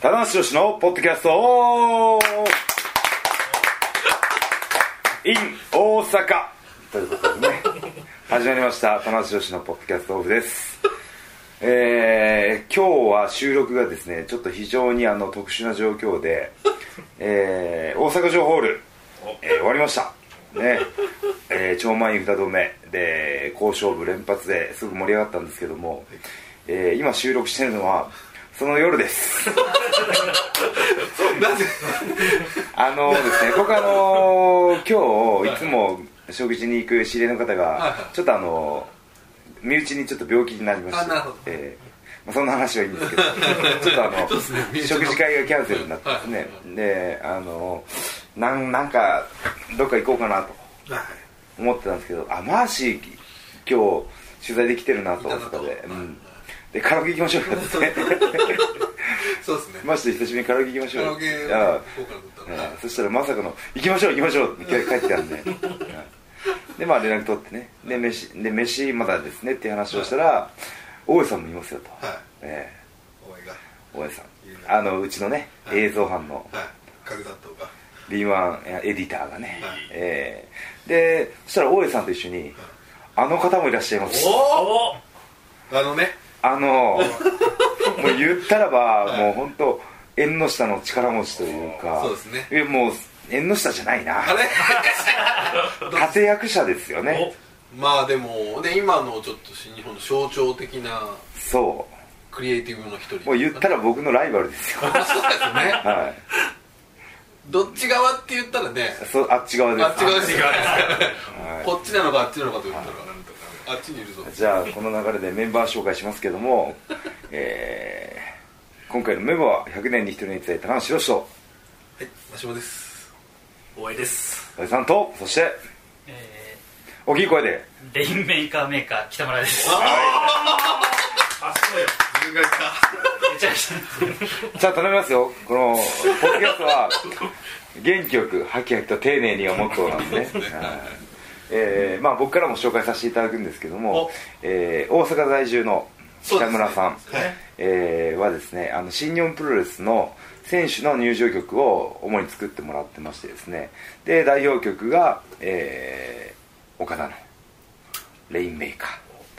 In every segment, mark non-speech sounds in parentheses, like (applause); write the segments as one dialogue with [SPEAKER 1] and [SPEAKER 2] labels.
[SPEAKER 1] 棚橋宏のポッドキャストオフ in 大阪ということでね始まりました棚橋宏のポッドキャストオフですえー今日は収録がですねちょっと非常にあの特殊な状況で、えー大阪城ホール、えー終わりましたねえー超満員2度目で好勝負連発ですぐ盛り上がったんですけども、えー今収録してるのはその夜ですあのです
[SPEAKER 2] (laughs)
[SPEAKER 1] ね、僕あの今日いつも食事に行く知り合いの方
[SPEAKER 2] はい
[SPEAKER 1] が
[SPEAKER 2] はい
[SPEAKER 1] ちょっとあの身内にちょっと病気になりまし
[SPEAKER 2] あ
[SPEAKER 1] て
[SPEAKER 2] なるほど
[SPEAKER 1] えーまあ、そんな話はいいん
[SPEAKER 2] (laughs)
[SPEAKER 1] ですけどちょっとあの
[SPEAKER 2] うですね身内の
[SPEAKER 1] 食事会がキャンセルになってですね、であのなんなんかどっか行こうかなと
[SPEAKER 2] はい
[SPEAKER 1] 思ってたんですけどあマーシー今日取材できてるなと思ってたんで、
[SPEAKER 2] いた
[SPEAKER 1] う
[SPEAKER 2] なと
[SPEAKER 1] ん、でカラオケ行きましょうか
[SPEAKER 2] (laughs)
[SPEAKER 1] ってね
[SPEAKER 2] そうですね
[SPEAKER 1] マジで久しぶりにカラオケ行きまし
[SPEAKER 2] カ
[SPEAKER 1] ょう
[SPEAKER 2] ラ
[SPEAKER 1] よ
[SPEAKER 2] オケを
[SPEAKER 1] ああ
[SPEAKER 2] 行こうかなと思ったら
[SPEAKER 1] はいそしたらまさかの「行きましょう行きましょう」って一回帰ってたんで、はいでまあ連絡取ってねで飯で飯まだですねっていう話をしたら大江さんもいますよと、
[SPEAKER 2] はい
[SPEAKER 1] え
[SPEAKER 2] お前がは
[SPEAKER 1] え大江さんあのうちのね、
[SPEAKER 2] はい
[SPEAKER 1] 映像班の
[SPEAKER 2] い角砂糖が
[SPEAKER 1] 敏腕エディターがね、
[SPEAKER 2] はい
[SPEAKER 1] ええでそしたら大江さんと一緒にあの方もいらっしゃいます
[SPEAKER 2] おおあのね (laughs)
[SPEAKER 1] あのもう言ったらばもう本当縁の下の力持ちというか
[SPEAKER 2] そうですね
[SPEAKER 1] いやもう縁の下じゃないな
[SPEAKER 2] あれ
[SPEAKER 1] 活躍者ですよね
[SPEAKER 2] まあでもね今のちょっと新日本の象徴的な
[SPEAKER 1] そ
[SPEAKER 2] クリエイティブの一人
[SPEAKER 1] うもう言ったら僕のライバルですよ
[SPEAKER 2] そうですね
[SPEAKER 1] (laughs) は
[SPEAKER 2] どっち側って言ったらね
[SPEAKER 1] いそあっち側です
[SPEAKER 2] あっち側ですよ
[SPEAKER 1] はい
[SPEAKER 2] こっちなのかあっちなのかと言ったらあっちにいるぞ
[SPEAKER 1] じゃあこの流れでメンバー紹介しますけども、えー今回のメンバーは100年に1人について棚橋宏と
[SPEAKER 2] はいマシモです
[SPEAKER 3] 大江です、
[SPEAKER 1] 大江さんとそして
[SPEAKER 3] え
[SPEAKER 1] 大きい声で
[SPEAKER 3] ー、レインメーカーメーカー北村です
[SPEAKER 2] 自分がいた
[SPEAKER 3] めちゃくちゃ
[SPEAKER 1] じゃあ頼みますよこのポッドキャストは元気よくハキハキと丁寧にをモットーなんでねはいえーまあ、僕からも紹介させていただくんですけども
[SPEAKER 2] お、
[SPEAKER 1] えー大阪在住の北村さん、
[SPEAKER 2] そうですねはい
[SPEAKER 1] えーはですねあの新日本プロレスの選手の入場曲を主に作ってもらってましてですねで代表曲が、えー岡田の「レインメーカ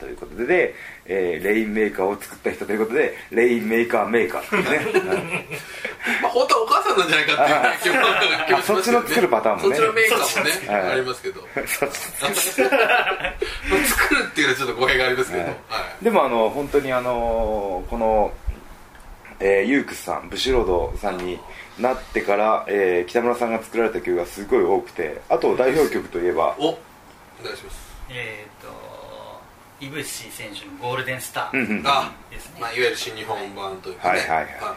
[SPEAKER 1] ー」ということでで、えーレインメーカーを作った人ということで「レインメーカーメーカー」っていう
[SPEAKER 2] (laughs)
[SPEAKER 1] ねはい
[SPEAKER 2] まあ本当はお母さんなんじゃないかっていう気も
[SPEAKER 1] あそっちの作るパターンもね
[SPEAKER 2] そっちのメーカーもね、
[SPEAKER 1] はい
[SPEAKER 2] ありますけど
[SPEAKER 1] そっち
[SPEAKER 2] (laughs) 作るっていうのはちょっと語弊がありますけど、はい
[SPEAKER 1] でもあの本当にあのこの、えーユークスさんブシロードさんになってから、えー北村さんが作られた曲がすごい多くてあと代表曲といえば
[SPEAKER 2] おお願いします、
[SPEAKER 3] えっと井渕選手のゴールデンスタ
[SPEAKER 1] うんうん
[SPEAKER 3] ー
[SPEAKER 2] あ、
[SPEAKER 3] ですね
[SPEAKER 2] まあ、いわゆる新日本版というか
[SPEAKER 1] はい
[SPEAKER 2] ね
[SPEAKER 1] はいはい
[SPEAKER 3] とか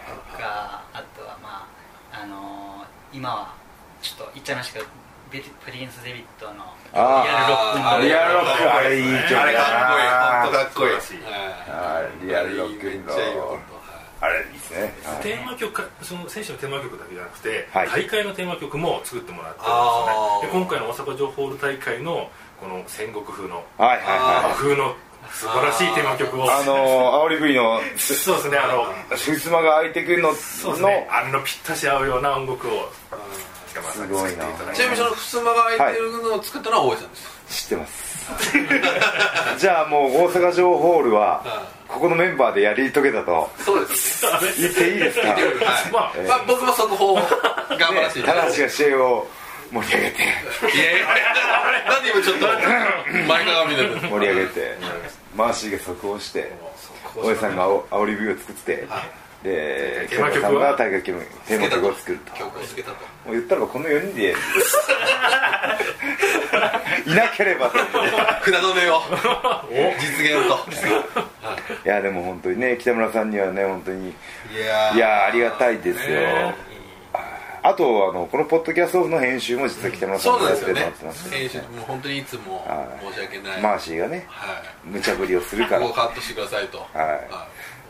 [SPEAKER 3] あとはまああのー、今はちょっと言っちゃいましたけどベリプリンス・デビットの
[SPEAKER 1] あー
[SPEAKER 3] リアルロ
[SPEAKER 1] リアルロッ
[SPEAKER 3] ックンロール
[SPEAKER 1] クあれいい曲
[SPEAKER 2] あれ
[SPEAKER 1] だ
[SPEAKER 2] かっ
[SPEAKER 1] な
[SPEAKER 2] こいい本当かっこい
[SPEAKER 4] 素晴ら
[SPEAKER 2] い
[SPEAKER 4] しい
[SPEAKER 2] は
[SPEAKER 1] あーリアルロックンロール
[SPEAKER 2] めっちゃいいよ本
[SPEAKER 1] あれいいですね、はい
[SPEAKER 4] テーマ曲かその選手のテーマ曲だけじゃなくて、
[SPEAKER 1] はい
[SPEAKER 4] 大会のテーマ曲も作ってもらってる
[SPEAKER 2] あ
[SPEAKER 4] ん
[SPEAKER 2] ー
[SPEAKER 4] ですよねで今回の大阪城ホール大会のこの戦国風の
[SPEAKER 1] はいはい
[SPEAKER 4] 和
[SPEAKER 1] はい
[SPEAKER 4] 風の素晴らしいテーマ曲を
[SPEAKER 1] あのー、煽り V の
[SPEAKER 4] そうですねあの
[SPEAKER 1] 襖が開いてくるの
[SPEAKER 4] そうです
[SPEAKER 1] の
[SPEAKER 4] ねあのぴったし合うような音楽を北村さんに作っていただい
[SPEAKER 2] 当
[SPEAKER 4] て
[SPEAKER 2] ちなみにその襖が開いてるのを作ったのは大江さんです、
[SPEAKER 1] 知ってます (laughs) じゃあもう大阪城ホールはここのメンバーでやり遂げたと
[SPEAKER 2] そうですね、
[SPEAKER 1] 言っていいですか
[SPEAKER 2] はい
[SPEAKER 4] まあ、
[SPEAKER 2] まあ、僕も速報を頑張らせていただ
[SPEAKER 1] 棚
[SPEAKER 2] いて
[SPEAKER 1] 橋が試合を盛り上げて
[SPEAKER 2] いやいやなんで今ちょっと前かがみになるんですか
[SPEAKER 1] 盛り上げてマーシーが即応して大江さんがあおりビューを作ってで
[SPEAKER 4] テーマ曲
[SPEAKER 1] 北
[SPEAKER 4] を
[SPEAKER 1] 村さんが大会テーマ曲を作ると
[SPEAKER 2] 曲をつけたと
[SPEAKER 1] もう言ったらばこの4人でいなければと
[SPEAKER 2] 船止めを実現をと
[SPEAKER 1] いやでも本当にね北村さんにはね本当に
[SPEAKER 2] いや
[SPEAKER 1] いやーありがたいですよ
[SPEAKER 4] ね
[SPEAKER 1] あとあのこのポッドキャストの編集も実は北村さ
[SPEAKER 2] そ
[SPEAKER 1] ん
[SPEAKER 2] う
[SPEAKER 1] が
[SPEAKER 2] なん
[SPEAKER 1] やっ
[SPEAKER 2] です
[SPEAKER 1] て
[SPEAKER 2] よ
[SPEAKER 1] るの
[SPEAKER 2] ね
[SPEAKER 1] ってますよね
[SPEAKER 2] 選手もう本当にいつも
[SPEAKER 1] はい
[SPEAKER 2] 申し訳ない
[SPEAKER 1] マーシーがね
[SPEAKER 2] はい
[SPEAKER 1] 無茶ぶりをするか
[SPEAKER 2] こ
[SPEAKER 1] ら
[SPEAKER 2] こをカットしてくださいとはい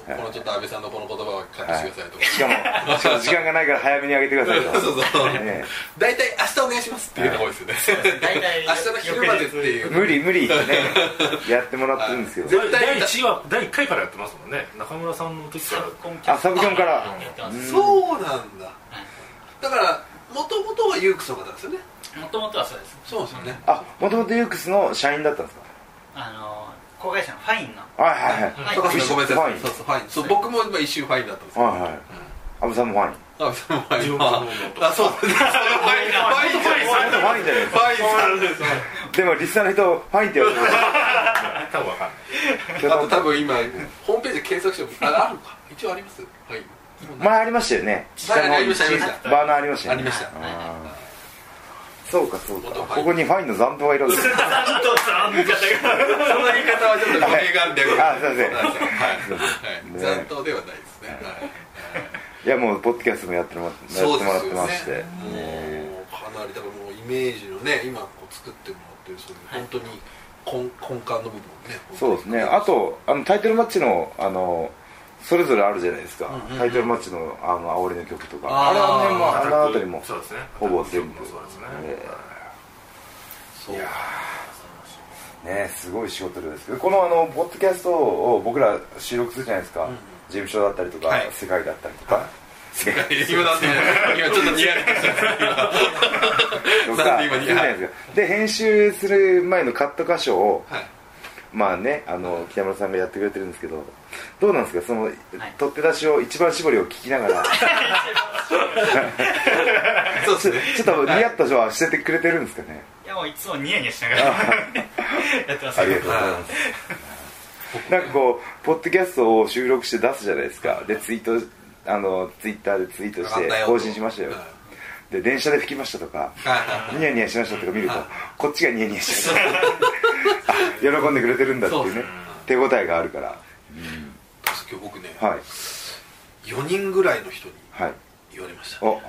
[SPEAKER 2] このちょっと安倍さんのこの言葉はカットしてくださいとか
[SPEAKER 1] しかもしかも時間がないから早めにあげてくださいと
[SPEAKER 2] そうそう
[SPEAKER 1] ね
[SPEAKER 2] 大体明日お願いしますっていうのが多いですよね
[SPEAKER 3] 大体
[SPEAKER 2] 明日の昼までってい
[SPEAKER 1] え
[SPEAKER 2] う
[SPEAKER 1] 無理無理っ
[SPEAKER 2] (laughs)
[SPEAKER 1] てねやってもらってるんですけど
[SPEAKER 2] 絶対
[SPEAKER 4] 第1話第1回からやってますもんね中村さんの時か
[SPEAKER 3] サ
[SPEAKER 4] ら
[SPEAKER 3] ブコン
[SPEAKER 1] あサブコンから
[SPEAKER 3] やってます
[SPEAKER 2] そうなんだだからもともとはユークスの方ですよね
[SPEAKER 3] もともとはそうです
[SPEAKER 2] そうですよね
[SPEAKER 1] あもともとユークスの社員だったんです
[SPEAKER 3] あの子会社のファインの
[SPEAKER 1] かはいはいはい
[SPEAKER 3] はい
[SPEAKER 2] そうかそうかごめんなさい
[SPEAKER 1] ファイン
[SPEAKER 2] そうそうファインそう僕も今一周ファインだったんですよ
[SPEAKER 1] はいはい安部さんもファイン
[SPEAKER 2] あそうファイ
[SPEAKER 4] 自分
[SPEAKER 2] ンま
[SPEAKER 4] もそう
[SPEAKER 2] あ
[SPEAKER 4] 思うと
[SPEAKER 2] あそうですねファインファイン
[SPEAKER 1] あなたファインじゃないですか
[SPEAKER 2] ファインさん
[SPEAKER 1] でもリスナーの人ファインって言われて
[SPEAKER 4] 多分わかんない
[SPEAKER 1] る
[SPEAKER 2] あと多分今ホームページで検索してもああるのか一応ありますファイン
[SPEAKER 1] 前ありましたよね下
[SPEAKER 2] 前あり
[SPEAKER 1] の
[SPEAKER 2] ましたありました
[SPEAKER 1] バーナーありました
[SPEAKER 2] あ
[SPEAKER 1] よ
[SPEAKER 2] り
[SPEAKER 1] ね
[SPEAKER 2] ました
[SPEAKER 3] はいはい
[SPEAKER 1] あーそうかそうか
[SPEAKER 2] 元ファイ
[SPEAKER 1] こ
[SPEAKER 2] ン
[SPEAKER 1] こにファインの残党がいるわけですね
[SPEAKER 2] その言い方はちょっと語弊があるんで
[SPEAKER 1] あすいません
[SPEAKER 2] はい
[SPEAKER 1] ね
[SPEAKER 2] はい残党ではないですねはい
[SPEAKER 1] いやもうポッドキャストもやってもらってやっ
[SPEAKER 2] そう
[SPEAKER 1] て
[SPEAKER 2] で
[SPEAKER 1] もらっ
[SPEAKER 2] す
[SPEAKER 1] て
[SPEAKER 2] よ
[SPEAKER 1] ま
[SPEAKER 2] ね
[SPEAKER 1] して
[SPEAKER 2] もうかなりだからもうイメージのね今こう作ってもらってるそういう本当に根根幹の部分をね
[SPEAKER 1] そうですねあとあのタイトルマッチのあのそれぞれあるじゃないですか、
[SPEAKER 2] うんうんうん
[SPEAKER 1] タイトルマッチのあの煽りの曲とかあ
[SPEAKER 2] あー
[SPEAKER 1] れはねもうあの辺りも
[SPEAKER 4] そうですね
[SPEAKER 1] ほぼ全部
[SPEAKER 4] そうですね
[SPEAKER 1] え
[SPEAKER 2] そう
[SPEAKER 1] ねすごい仕事量ですけどこのあのポッドキャストを僕ら収録するじゃないですか、
[SPEAKER 2] んうん
[SPEAKER 1] 事務所だったりとか、
[SPEAKER 2] はい
[SPEAKER 1] 世界だったりとか、世界
[SPEAKER 2] 今だって今ちょっとニヤリとして
[SPEAKER 1] と
[SPEAKER 2] なん
[SPEAKER 1] か
[SPEAKER 2] です今
[SPEAKER 1] るじゃないですかで編集する前のカット箇所を
[SPEAKER 2] はい
[SPEAKER 1] まあねあの北村さんがやってくれてるんですけどどうなんですかその、取って出しを一番絞りを聞きなが
[SPEAKER 2] (laughs)
[SPEAKER 1] ら
[SPEAKER 2] そうで
[SPEAKER 1] ち
[SPEAKER 2] す
[SPEAKER 1] ょ
[SPEAKER 2] ね
[SPEAKER 1] ちょっとニヤッとしはしててくれてるんですかね
[SPEAKER 3] いやもういつもニヤニヤしながら (laughs) やってます
[SPEAKER 1] ありがとうござい
[SPEAKER 2] は
[SPEAKER 1] ますなんかこうポッドキャストを収録して出すじゃないですかでツイートあのツイッターでツイート
[SPEAKER 2] い
[SPEAKER 1] して更新しましたよ
[SPEAKER 2] はい
[SPEAKER 1] で電車で吹きましたとか
[SPEAKER 2] はい
[SPEAKER 1] ニヤニヤしましたとか見るとこっちがニヤニヤしましたあ喜んでくれてるんだっていうね手応えがあるから
[SPEAKER 2] 今日僕ね
[SPEAKER 1] はい
[SPEAKER 2] 4人ぐらいの人に
[SPEAKER 1] はい
[SPEAKER 2] 言われました
[SPEAKER 1] お
[SPEAKER 2] 4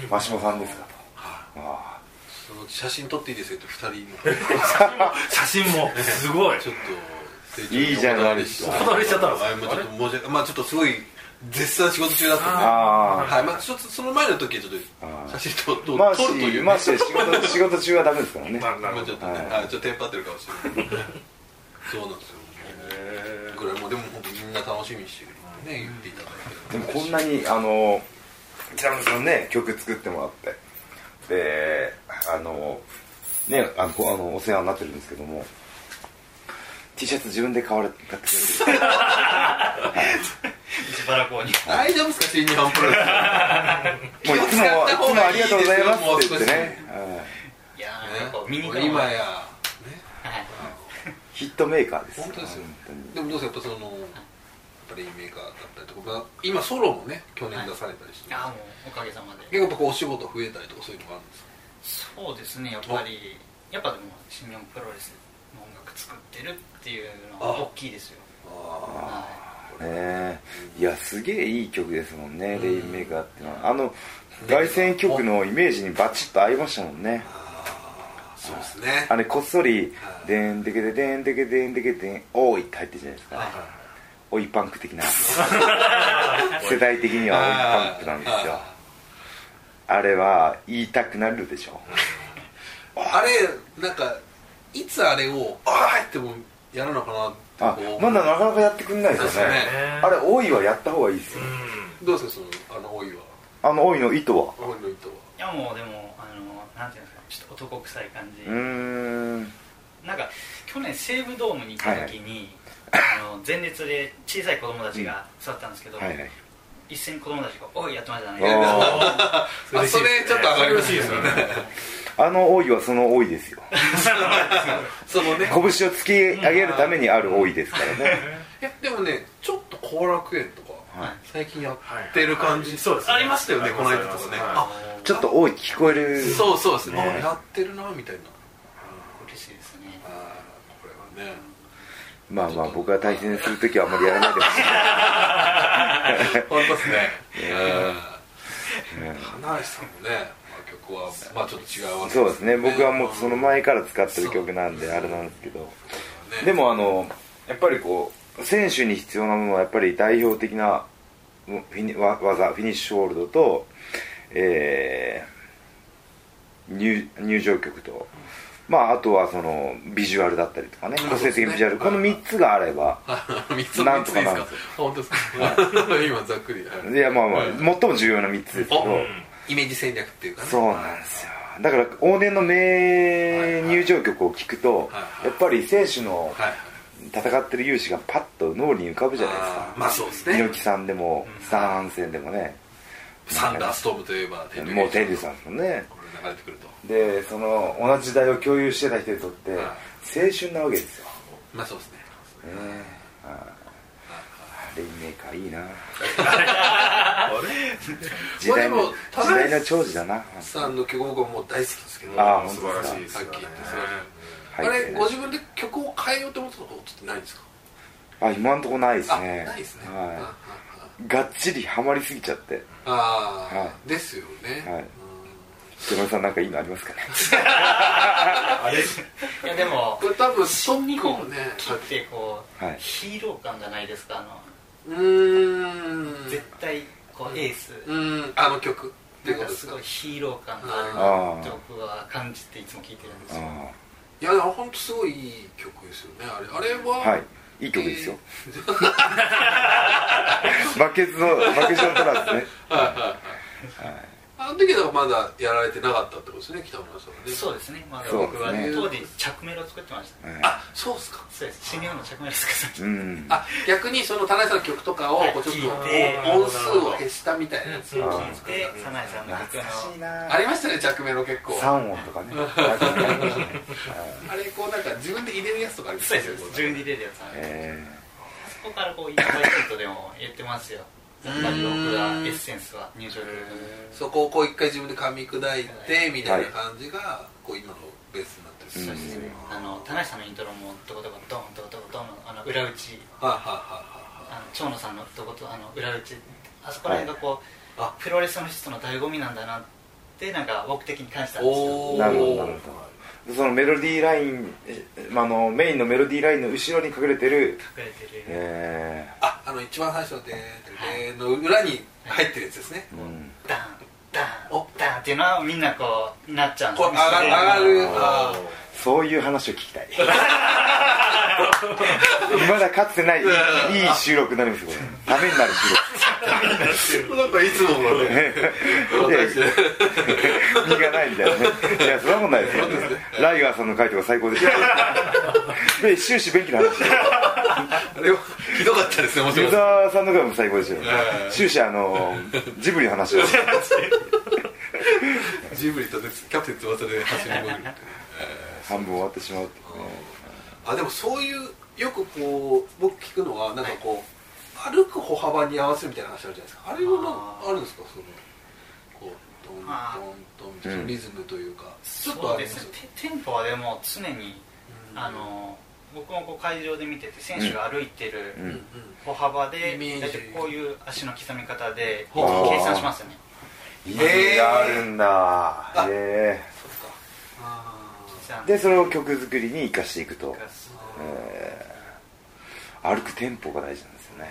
[SPEAKER 2] 人
[SPEAKER 1] 真島さんですか
[SPEAKER 2] は
[SPEAKER 1] あ
[SPEAKER 2] いそのうち写真撮っていいですよって2人の
[SPEAKER 4] 写真もすごい
[SPEAKER 2] ちょっと
[SPEAKER 1] いいじゃないですか
[SPEAKER 2] (laughs) お断りしちゃったんですよはいまあちょっと申し訳まあちょっとすごい絶賛仕事中だったんで
[SPEAKER 1] あ
[SPEAKER 2] はいまあちょっとその前の時はちょっ
[SPEAKER 1] あー
[SPEAKER 2] と写真撮
[SPEAKER 1] ーまあ
[SPEAKER 2] 撮
[SPEAKER 1] し
[SPEAKER 2] 撮るというね
[SPEAKER 1] まあし仕事仕事中はダメですからね
[SPEAKER 4] なるなる
[SPEAKER 2] ま
[SPEAKER 4] ほ
[SPEAKER 2] あち
[SPEAKER 4] ど
[SPEAKER 2] ょっとね
[SPEAKER 1] はい
[SPEAKER 2] はいちょっとテンパってるかもしれない
[SPEAKER 1] (laughs)
[SPEAKER 2] そうなんですよぐらいもうでも本当みんな楽しみにしてくれてね言っていただ
[SPEAKER 1] で
[SPEAKER 2] いて
[SPEAKER 1] もこんなにあの北村さんね曲作ってもらってであのねあのこあのお世話になってるんですけども T シャツ自分で買われ買ってくれて
[SPEAKER 2] (laughs)
[SPEAKER 1] る
[SPEAKER 3] 自腹購入
[SPEAKER 2] 大丈夫ですか新日本プロレ
[SPEAKER 1] (laughs)
[SPEAKER 2] ス
[SPEAKER 1] もういつもい
[SPEAKER 2] 使った
[SPEAKER 1] つ
[SPEAKER 2] 方
[SPEAKER 1] も
[SPEAKER 2] が
[SPEAKER 1] あ
[SPEAKER 2] い
[SPEAKER 1] り
[SPEAKER 2] いで
[SPEAKER 1] が
[SPEAKER 2] す
[SPEAKER 1] と
[SPEAKER 2] よ
[SPEAKER 1] うございますって言って
[SPEAKER 2] もう
[SPEAKER 1] ね、うん
[SPEAKER 3] いやーやっ
[SPEAKER 2] ね
[SPEAKER 3] ぱ見に行くの
[SPEAKER 2] 今
[SPEAKER 3] が
[SPEAKER 2] やね
[SPEAKER 3] はい
[SPEAKER 1] ヒットメーカーです
[SPEAKER 2] 本当ですよ
[SPEAKER 1] 本
[SPEAKER 2] でもどうせやっぱそのやっぱりメーカーだったりとか、まあ今ソロもね去年出されたりして、
[SPEAKER 3] あーもうおかげさまで
[SPEAKER 2] 結構やっぱこうお仕事増えたりとかそういうのがあるんですか
[SPEAKER 3] そうですねやっぱりやっぱでも新日本プロレスの音楽作ってるっていうのは大きいですよ
[SPEAKER 2] あ
[SPEAKER 3] は
[SPEAKER 1] 当にねえいやすげえいい曲ですもんねレインメーカーってのはあの凱旋曲のイメージにバチッと合いましたもんね
[SPEAKER 2] あーそうですね
[SPEAKER 1] あれこっそり
[SPEAKER 2] は
[SPEAKER 1] 「
[SPEAKER 2] い
[SPEAKER 1] でんでけででんでけでんでけでんおーい」って入ってるじゃないです
[SPEAKER 3] い
[SPEAKER 1] か
[SPEAKER 3] は
[SPEAKER 1] おいパンク
[SPEAKER 2] (laughs)
[SPEAKER 1] 的な世代的にはおいパンクなんですよあれは言いたくなるでしょ
[SPEAKER 2] あれなんかいつあれをああってもやるのかなって
[SPEAKER 1] あ
[SPEAKER 2] こう
[SPEAKER 1] まだなかなかやってくんないです
[SPEAKER 2] そう
[SPEAKER 1] よ
[SPEAKER 2] で
[SPEAKER 1] ね
[SPEAKER 2] すね
[SPEAKER 1] あれおいはやった方がいいですよ
[SPEAKER 4] う
[SPEAKER 2] どうですかそのあの多いは
[SPEAKER 1] あのおいの意図は
[SPEAKER 2] 多いの糸はい
[SPEAKER 3] やもうでもあのなんていうんですかちょっと男臭い感じ
[SPEAKER 1] うーん
[SPEAKER 3] なんか去年西武ドームに行った時に、あの前列で小さい子供たちが座ったんですけど、
[SPEAKER 1] はいはい
[SPEAKER 3] 一斉に子供たちが「おいやってましたね」
[SPEAKER 1] おー
[SPEAKER 4] ん
[SPEAKER 2] あそれちょっと上がりま
[SPEAKER 4] 嬉
[SPEAKER 2] す
[SPEAKER 4] しいですよね
[SPEAKER 1] あのおいはそのおいですよ
[SPEAKER 2] そのね
[SPEAKER 1] 拳を突き上げるためにあるおいですからね
[SPEAKER 2] (laughs) いやでもねちょっと後楽園とか
[SPEAKER 1] はい
[SPEAKER 2] 最近やってる感じ、
[SPEAKER 4] はいそうですね
[SPEAKER 2] ありましたよねこの間とかね、
[SPEAKER 4] は
[SPEAKER 1] ちょっとおい聞こえる
[SPEAKER 2] あそうそうですね
[SPEAKER 1] ね
[SPEAKER 2] あやってるなみたいな
[SPEAKER 3] 嬉しいですね
[SPEAKER 2] あーこれはね
[SPEAKER 1] まあまあ僕が対戦するときはあんまりやらないでほしい
[SPEAKER 2] 本当ですねうん花橋さんもね、まあ、曲はまあちょっと違 (laughs) うわけ
[SPEAKER 1] そうですね僕はもうその前から使ってる
[SPEAKER 2] そう
[SPEAKER 1] 曲なんであれなんですけど
[SPEAKER 2] ね
[SPEAKER 1] でもあのやっぱりこう選手に必要なものはやっぱり代表的なもフィニわ技フィニッシュホールドと、えー入入場曲と、まあ、あとはそのビジュアルだったりとかね
[SPEAKER 2] うん
[SPEAKER 1] 個性的なビジュアル、
[SPEAKER 2] そ
[SPEAKER 1] こ
[SPEAKER 2] うです
[SPEAKER 1] の
[SPEAKER 2] ね
[SPEAKER 1] 3つがあれば
[SPEAKER 2] 三つ
[SPEAKER 1] な
[SPEAKER 2] 三
[SPEAKER 1] んと
[SPEAKER 2] つ
[SPEAKER 1] か
[SPEAKER 2] でいいで
[SPEAKER 1] な
[SPEAKER 2] す
[SPEAKER 1] る
[SPEAKER 2] かあ本当ですか今ざっくりはい
[SPEAKER 1] いやまあまあ、
[SPEAKER 2] はい
[SPEAKER 1] 最も重要な3つですけど、
[SPEAKER 2] おイメージ戦略っていうかね
[SPEAKER 1] そうなんですよだから往年の名入場曲を聞くと、
[SPEAKER 2] はいはい
[SPEAKER 1] やっぱり選手の
[SPEAKER 2] はいはい
[SPEAKER 1] 戦ってる勇姿がパッと脳に浮かぶじゃないです
[SPEAKER 2] あ
[SPEAKER 1] か
[SPEAKER 2] ーまあそうですね
[SPEAKER 1] 猪木さんでもスターハンセンでもね
[SPEAKER 2] サンダーストームといえば天竜
[SPEAKER 1] もうテリーさんもね
[SPEAKER 2] これ流れてくると
[SPEAKER 1] でその同じ時代を共有してた人にとって
[SPEAKER 2] はい
[SPEAKER 1] 青春なわけですよ、
[SPEAKER 2] まあそうですね
[SPEAKER 1] ねえはいレインメーカーいいな時代の
[SPEAKER 2] まあでも田
[SPEAKER 1] 時
[SPEAKER 2] 中
[SPEAKER 1] 代の長寿だな
[SPEAKER 2] さんの曲僕はもう大好きですけど
[SPEAKER 1] あー
[SPEAKER 4] 素晴らしいです
[SPEAKER 2] さっ
[SPEAKER 4] よ
[SPEAKER 2] き言っ
[SPEAKER 4] ね
[SPEAKER 2] てすごい
[SPEAKER 1] は
[SPEAKER 2] あ
[SPEAKER 1] い
[SPEAKER 2] れご自分で曲を変えようと思ったことってないんですか
[SPEAKER 1] あ今んとこないです
[SPEAKER 2] あ
[SPEAKER 1] ね
[SPEAKER 2] ないですねはい
[SPEAKER 1] は。い、がっちりハマりすぎちゃって
[SPEAKER 2] あ
[SPEAKER 1] は
[SPEAKER 2] あですよね
[SPEAKER 1] はい
[SPEAKER 2] うん
[SPEAKER 1] 山田さんなんかいいのありますかね
[SPEAKER 3] いやでも
[SPEAKER 2] これ多分そ
[SPEAKER 3] 2
[SPEAKER 2] こ
[SPEAKER 3] 個
[SPEAKER 2] もね
[SPEAKER 3] 切ってこう、
[SPEAKER 1] はい
[SPEAKER 3] ヒーロー感じゃないですかあ
[SPEAKER 2] う
[SPEAKER 3] の、
[SPEAKER 2] ーん
[SPEAKER 3] 絶対こうエース、
[SPEAKER 2] うーんあの曲っていう
[SPEAKER 3] な
[SPEAKER 2] こと
[SPEAKER 3] んか
[SPEAKER 2] です
[SPEAKER 3] す
[SPEAKER 2] か
[SPEAKER 3] ごいヒーロー感があるなって僕は感じていつも聞いてるんで
[SPEAKER 1] あ
[SPEAKER 3] すよ
[SPEAKER 2] いやでも本当すごいいい曲ですよねあれあれは
[SPEAKER 1] ーはいいい曲ですよ、 (laughs) 負けずの負けずのトラですね
[SPEAKER 2] あの時はまだやられてなかったってことですね北村さんはね
[SPEAKER 3] そうですねまだ僕
[SPEAKER 1] そう
[SPEAKER 3] は、
[SPEAKER 1] ですね
[SPEAKER 3] 当時着メロ作ってました
[SPEAKER 1] はい
[SPEAKER 2] あそうですか
[SPEAKER 3] そうです新日本の着メロ作ってました、
[SPEAKER 1] うん
[SPEAKER 2] あ逆にその田中さんの曲とかを
[SPEAKER 3] はい
[SPEAKER 2] こうちょっと
[SPEAKER 3] 聞いて
[SPEAKER 2] 音数を消したみたいなやつ
[SPEAKER 3] そう
[SPEAKER 1] あ
[SPEAKER 3] 聞いて早苗さんの曲
[SPEAKER 1] 懐
[SPEAKER 3] の
[SPEAKER 1] かしいな
[SPEAKER 2] ありましたね着メロ結構
[SPEAKER 1] 3音と (laughs) かねなんかありましたねはい
[SPEAKER 2] あれこうなんか自分で入れるやつとかありまし
[SPEAKER 3] そう
[SPEAKER 2] た
[SPEAKER 3] で
[SPEAKER 2] ね
[SPEAKER 3] す自分で入れるやつなんで
[SPEAKER 1] え
[SPEAKER 3] そこからこういっぱいヒントでも言ってますよやっぱり僕はエッセンスは入場曲
[SPEAKER 2] そこをこう一回自分で噛み砕いてみたいな感じがこう今のベースになってる
[SPEAKER 3] そうですねあの田中さんのイントロもどこどこドンどこどこドンのあの裏打ち
[SPEAKER 2] はいはい
[SPEAKER 3] あの長野さんのどことあの裏打ちあそこら辺がこう、
[SPEAKER 2] はいはい
[SPEAKER 3] プロレスの人の醍醐味なんだなってなんか僕的に感じた
[SPEAKER 2] あ
[SPEAKER 3] んですよ
[SPEAKER 2] おお
[SPEAKER 1] なるほどなるほーそのメロディーラインえあのメインのメロディーラインの後ろに隠れてる
[SPEAKER 3] 隠れてる、
[SPEAKER 1] え
[SPEAKER 2] ああの一番最初の「でーでーの裏に入ってるやつですね
[SPEAKER 1] ーうん
[SPEAKER 3] ダンダン
[SPEAKER 2] お
[SPEAKER 3] ダンっていうのはみんなこうなっちゃうんで
[SPEAKER 2] こ
[SPEAKER 3] す
[SPEAKER 2] う
[SPEAKER 3] よ
[SPEAKER 2] 上が上がるあー
[SPEAKER 1] そういう話を聞き (laughs) たいまだかつてないいいいい収録になりますよこれためになる収
[SPEAKER 2] なんかいつものね
[SPEAKER 1] 録いや
[SPEAKER 2] 私ね
[SPEAKER 1] 身がないみたいなねいやそんなことないですよライガーさんの回答が最高で (laughs) したで終始便器の話
[SPEAKER 2] あれはひどかったですねもちろ
[SPEAKER 1] 湯
[SPEAKER 2] んあ
[SPEAKER 1] 沢さんの回も最高ですよ
[SPEAKER 2] ええ
[SPEAKER 1] 終始あのジブリの話を
[SPEAKER 2] ジブリとねキャプテン翼で走り回る
[SPEAKER 1] 半分終わってしまうっていうね
[SPEAKER 2] あでもそういうよくこう僕聞くのはなんかこう、歩く歩幅に合わせるみたいな話あるじゃないですかあれもなんか
[SPEAKER 3] あ
[SPEAKER 2] あるんですかそのこう
[SPEAKER 3] まあ
[SPEAKER 2] トントントンみたいなリズムというか、ちょっと
[SPEAKER 3] そう
[SPEAKER 2] あり
[SPEAKER 3] で
[SPEAKER 2] ますす
[SPEAKER 3] ねテテンポはでも常に
[SPEAKER 2] うん
[SPEAKER 3] あの僕もこう会場で見てて選手が歩いて
[SPEAKER 1] う
[SPEAKER 3] る
[SPEAKER 2] うんうん
[SPEAKER 1] ん
[SPEAKER 3] 歩幅で
[SPEAKER 2] イメージ
[SPEAKER 3] 大体こういう足の刻み方で
[SPEAKER 2] ほう
[SPEAKER 3] 計算しますよね
[SPEAKER 1] 意味があるんだ
[SPEAKER 2] えー
[SPEAKER 1] へ
[SPEAKER 2] そっかあ
[SPEAKER 3] 計算
[SPEAKER 1] えでそれを曲作りに生かしていくと
[SPEAKER 2] ー
[SPEAKER 1] えー歩くテンポが大事なんですよね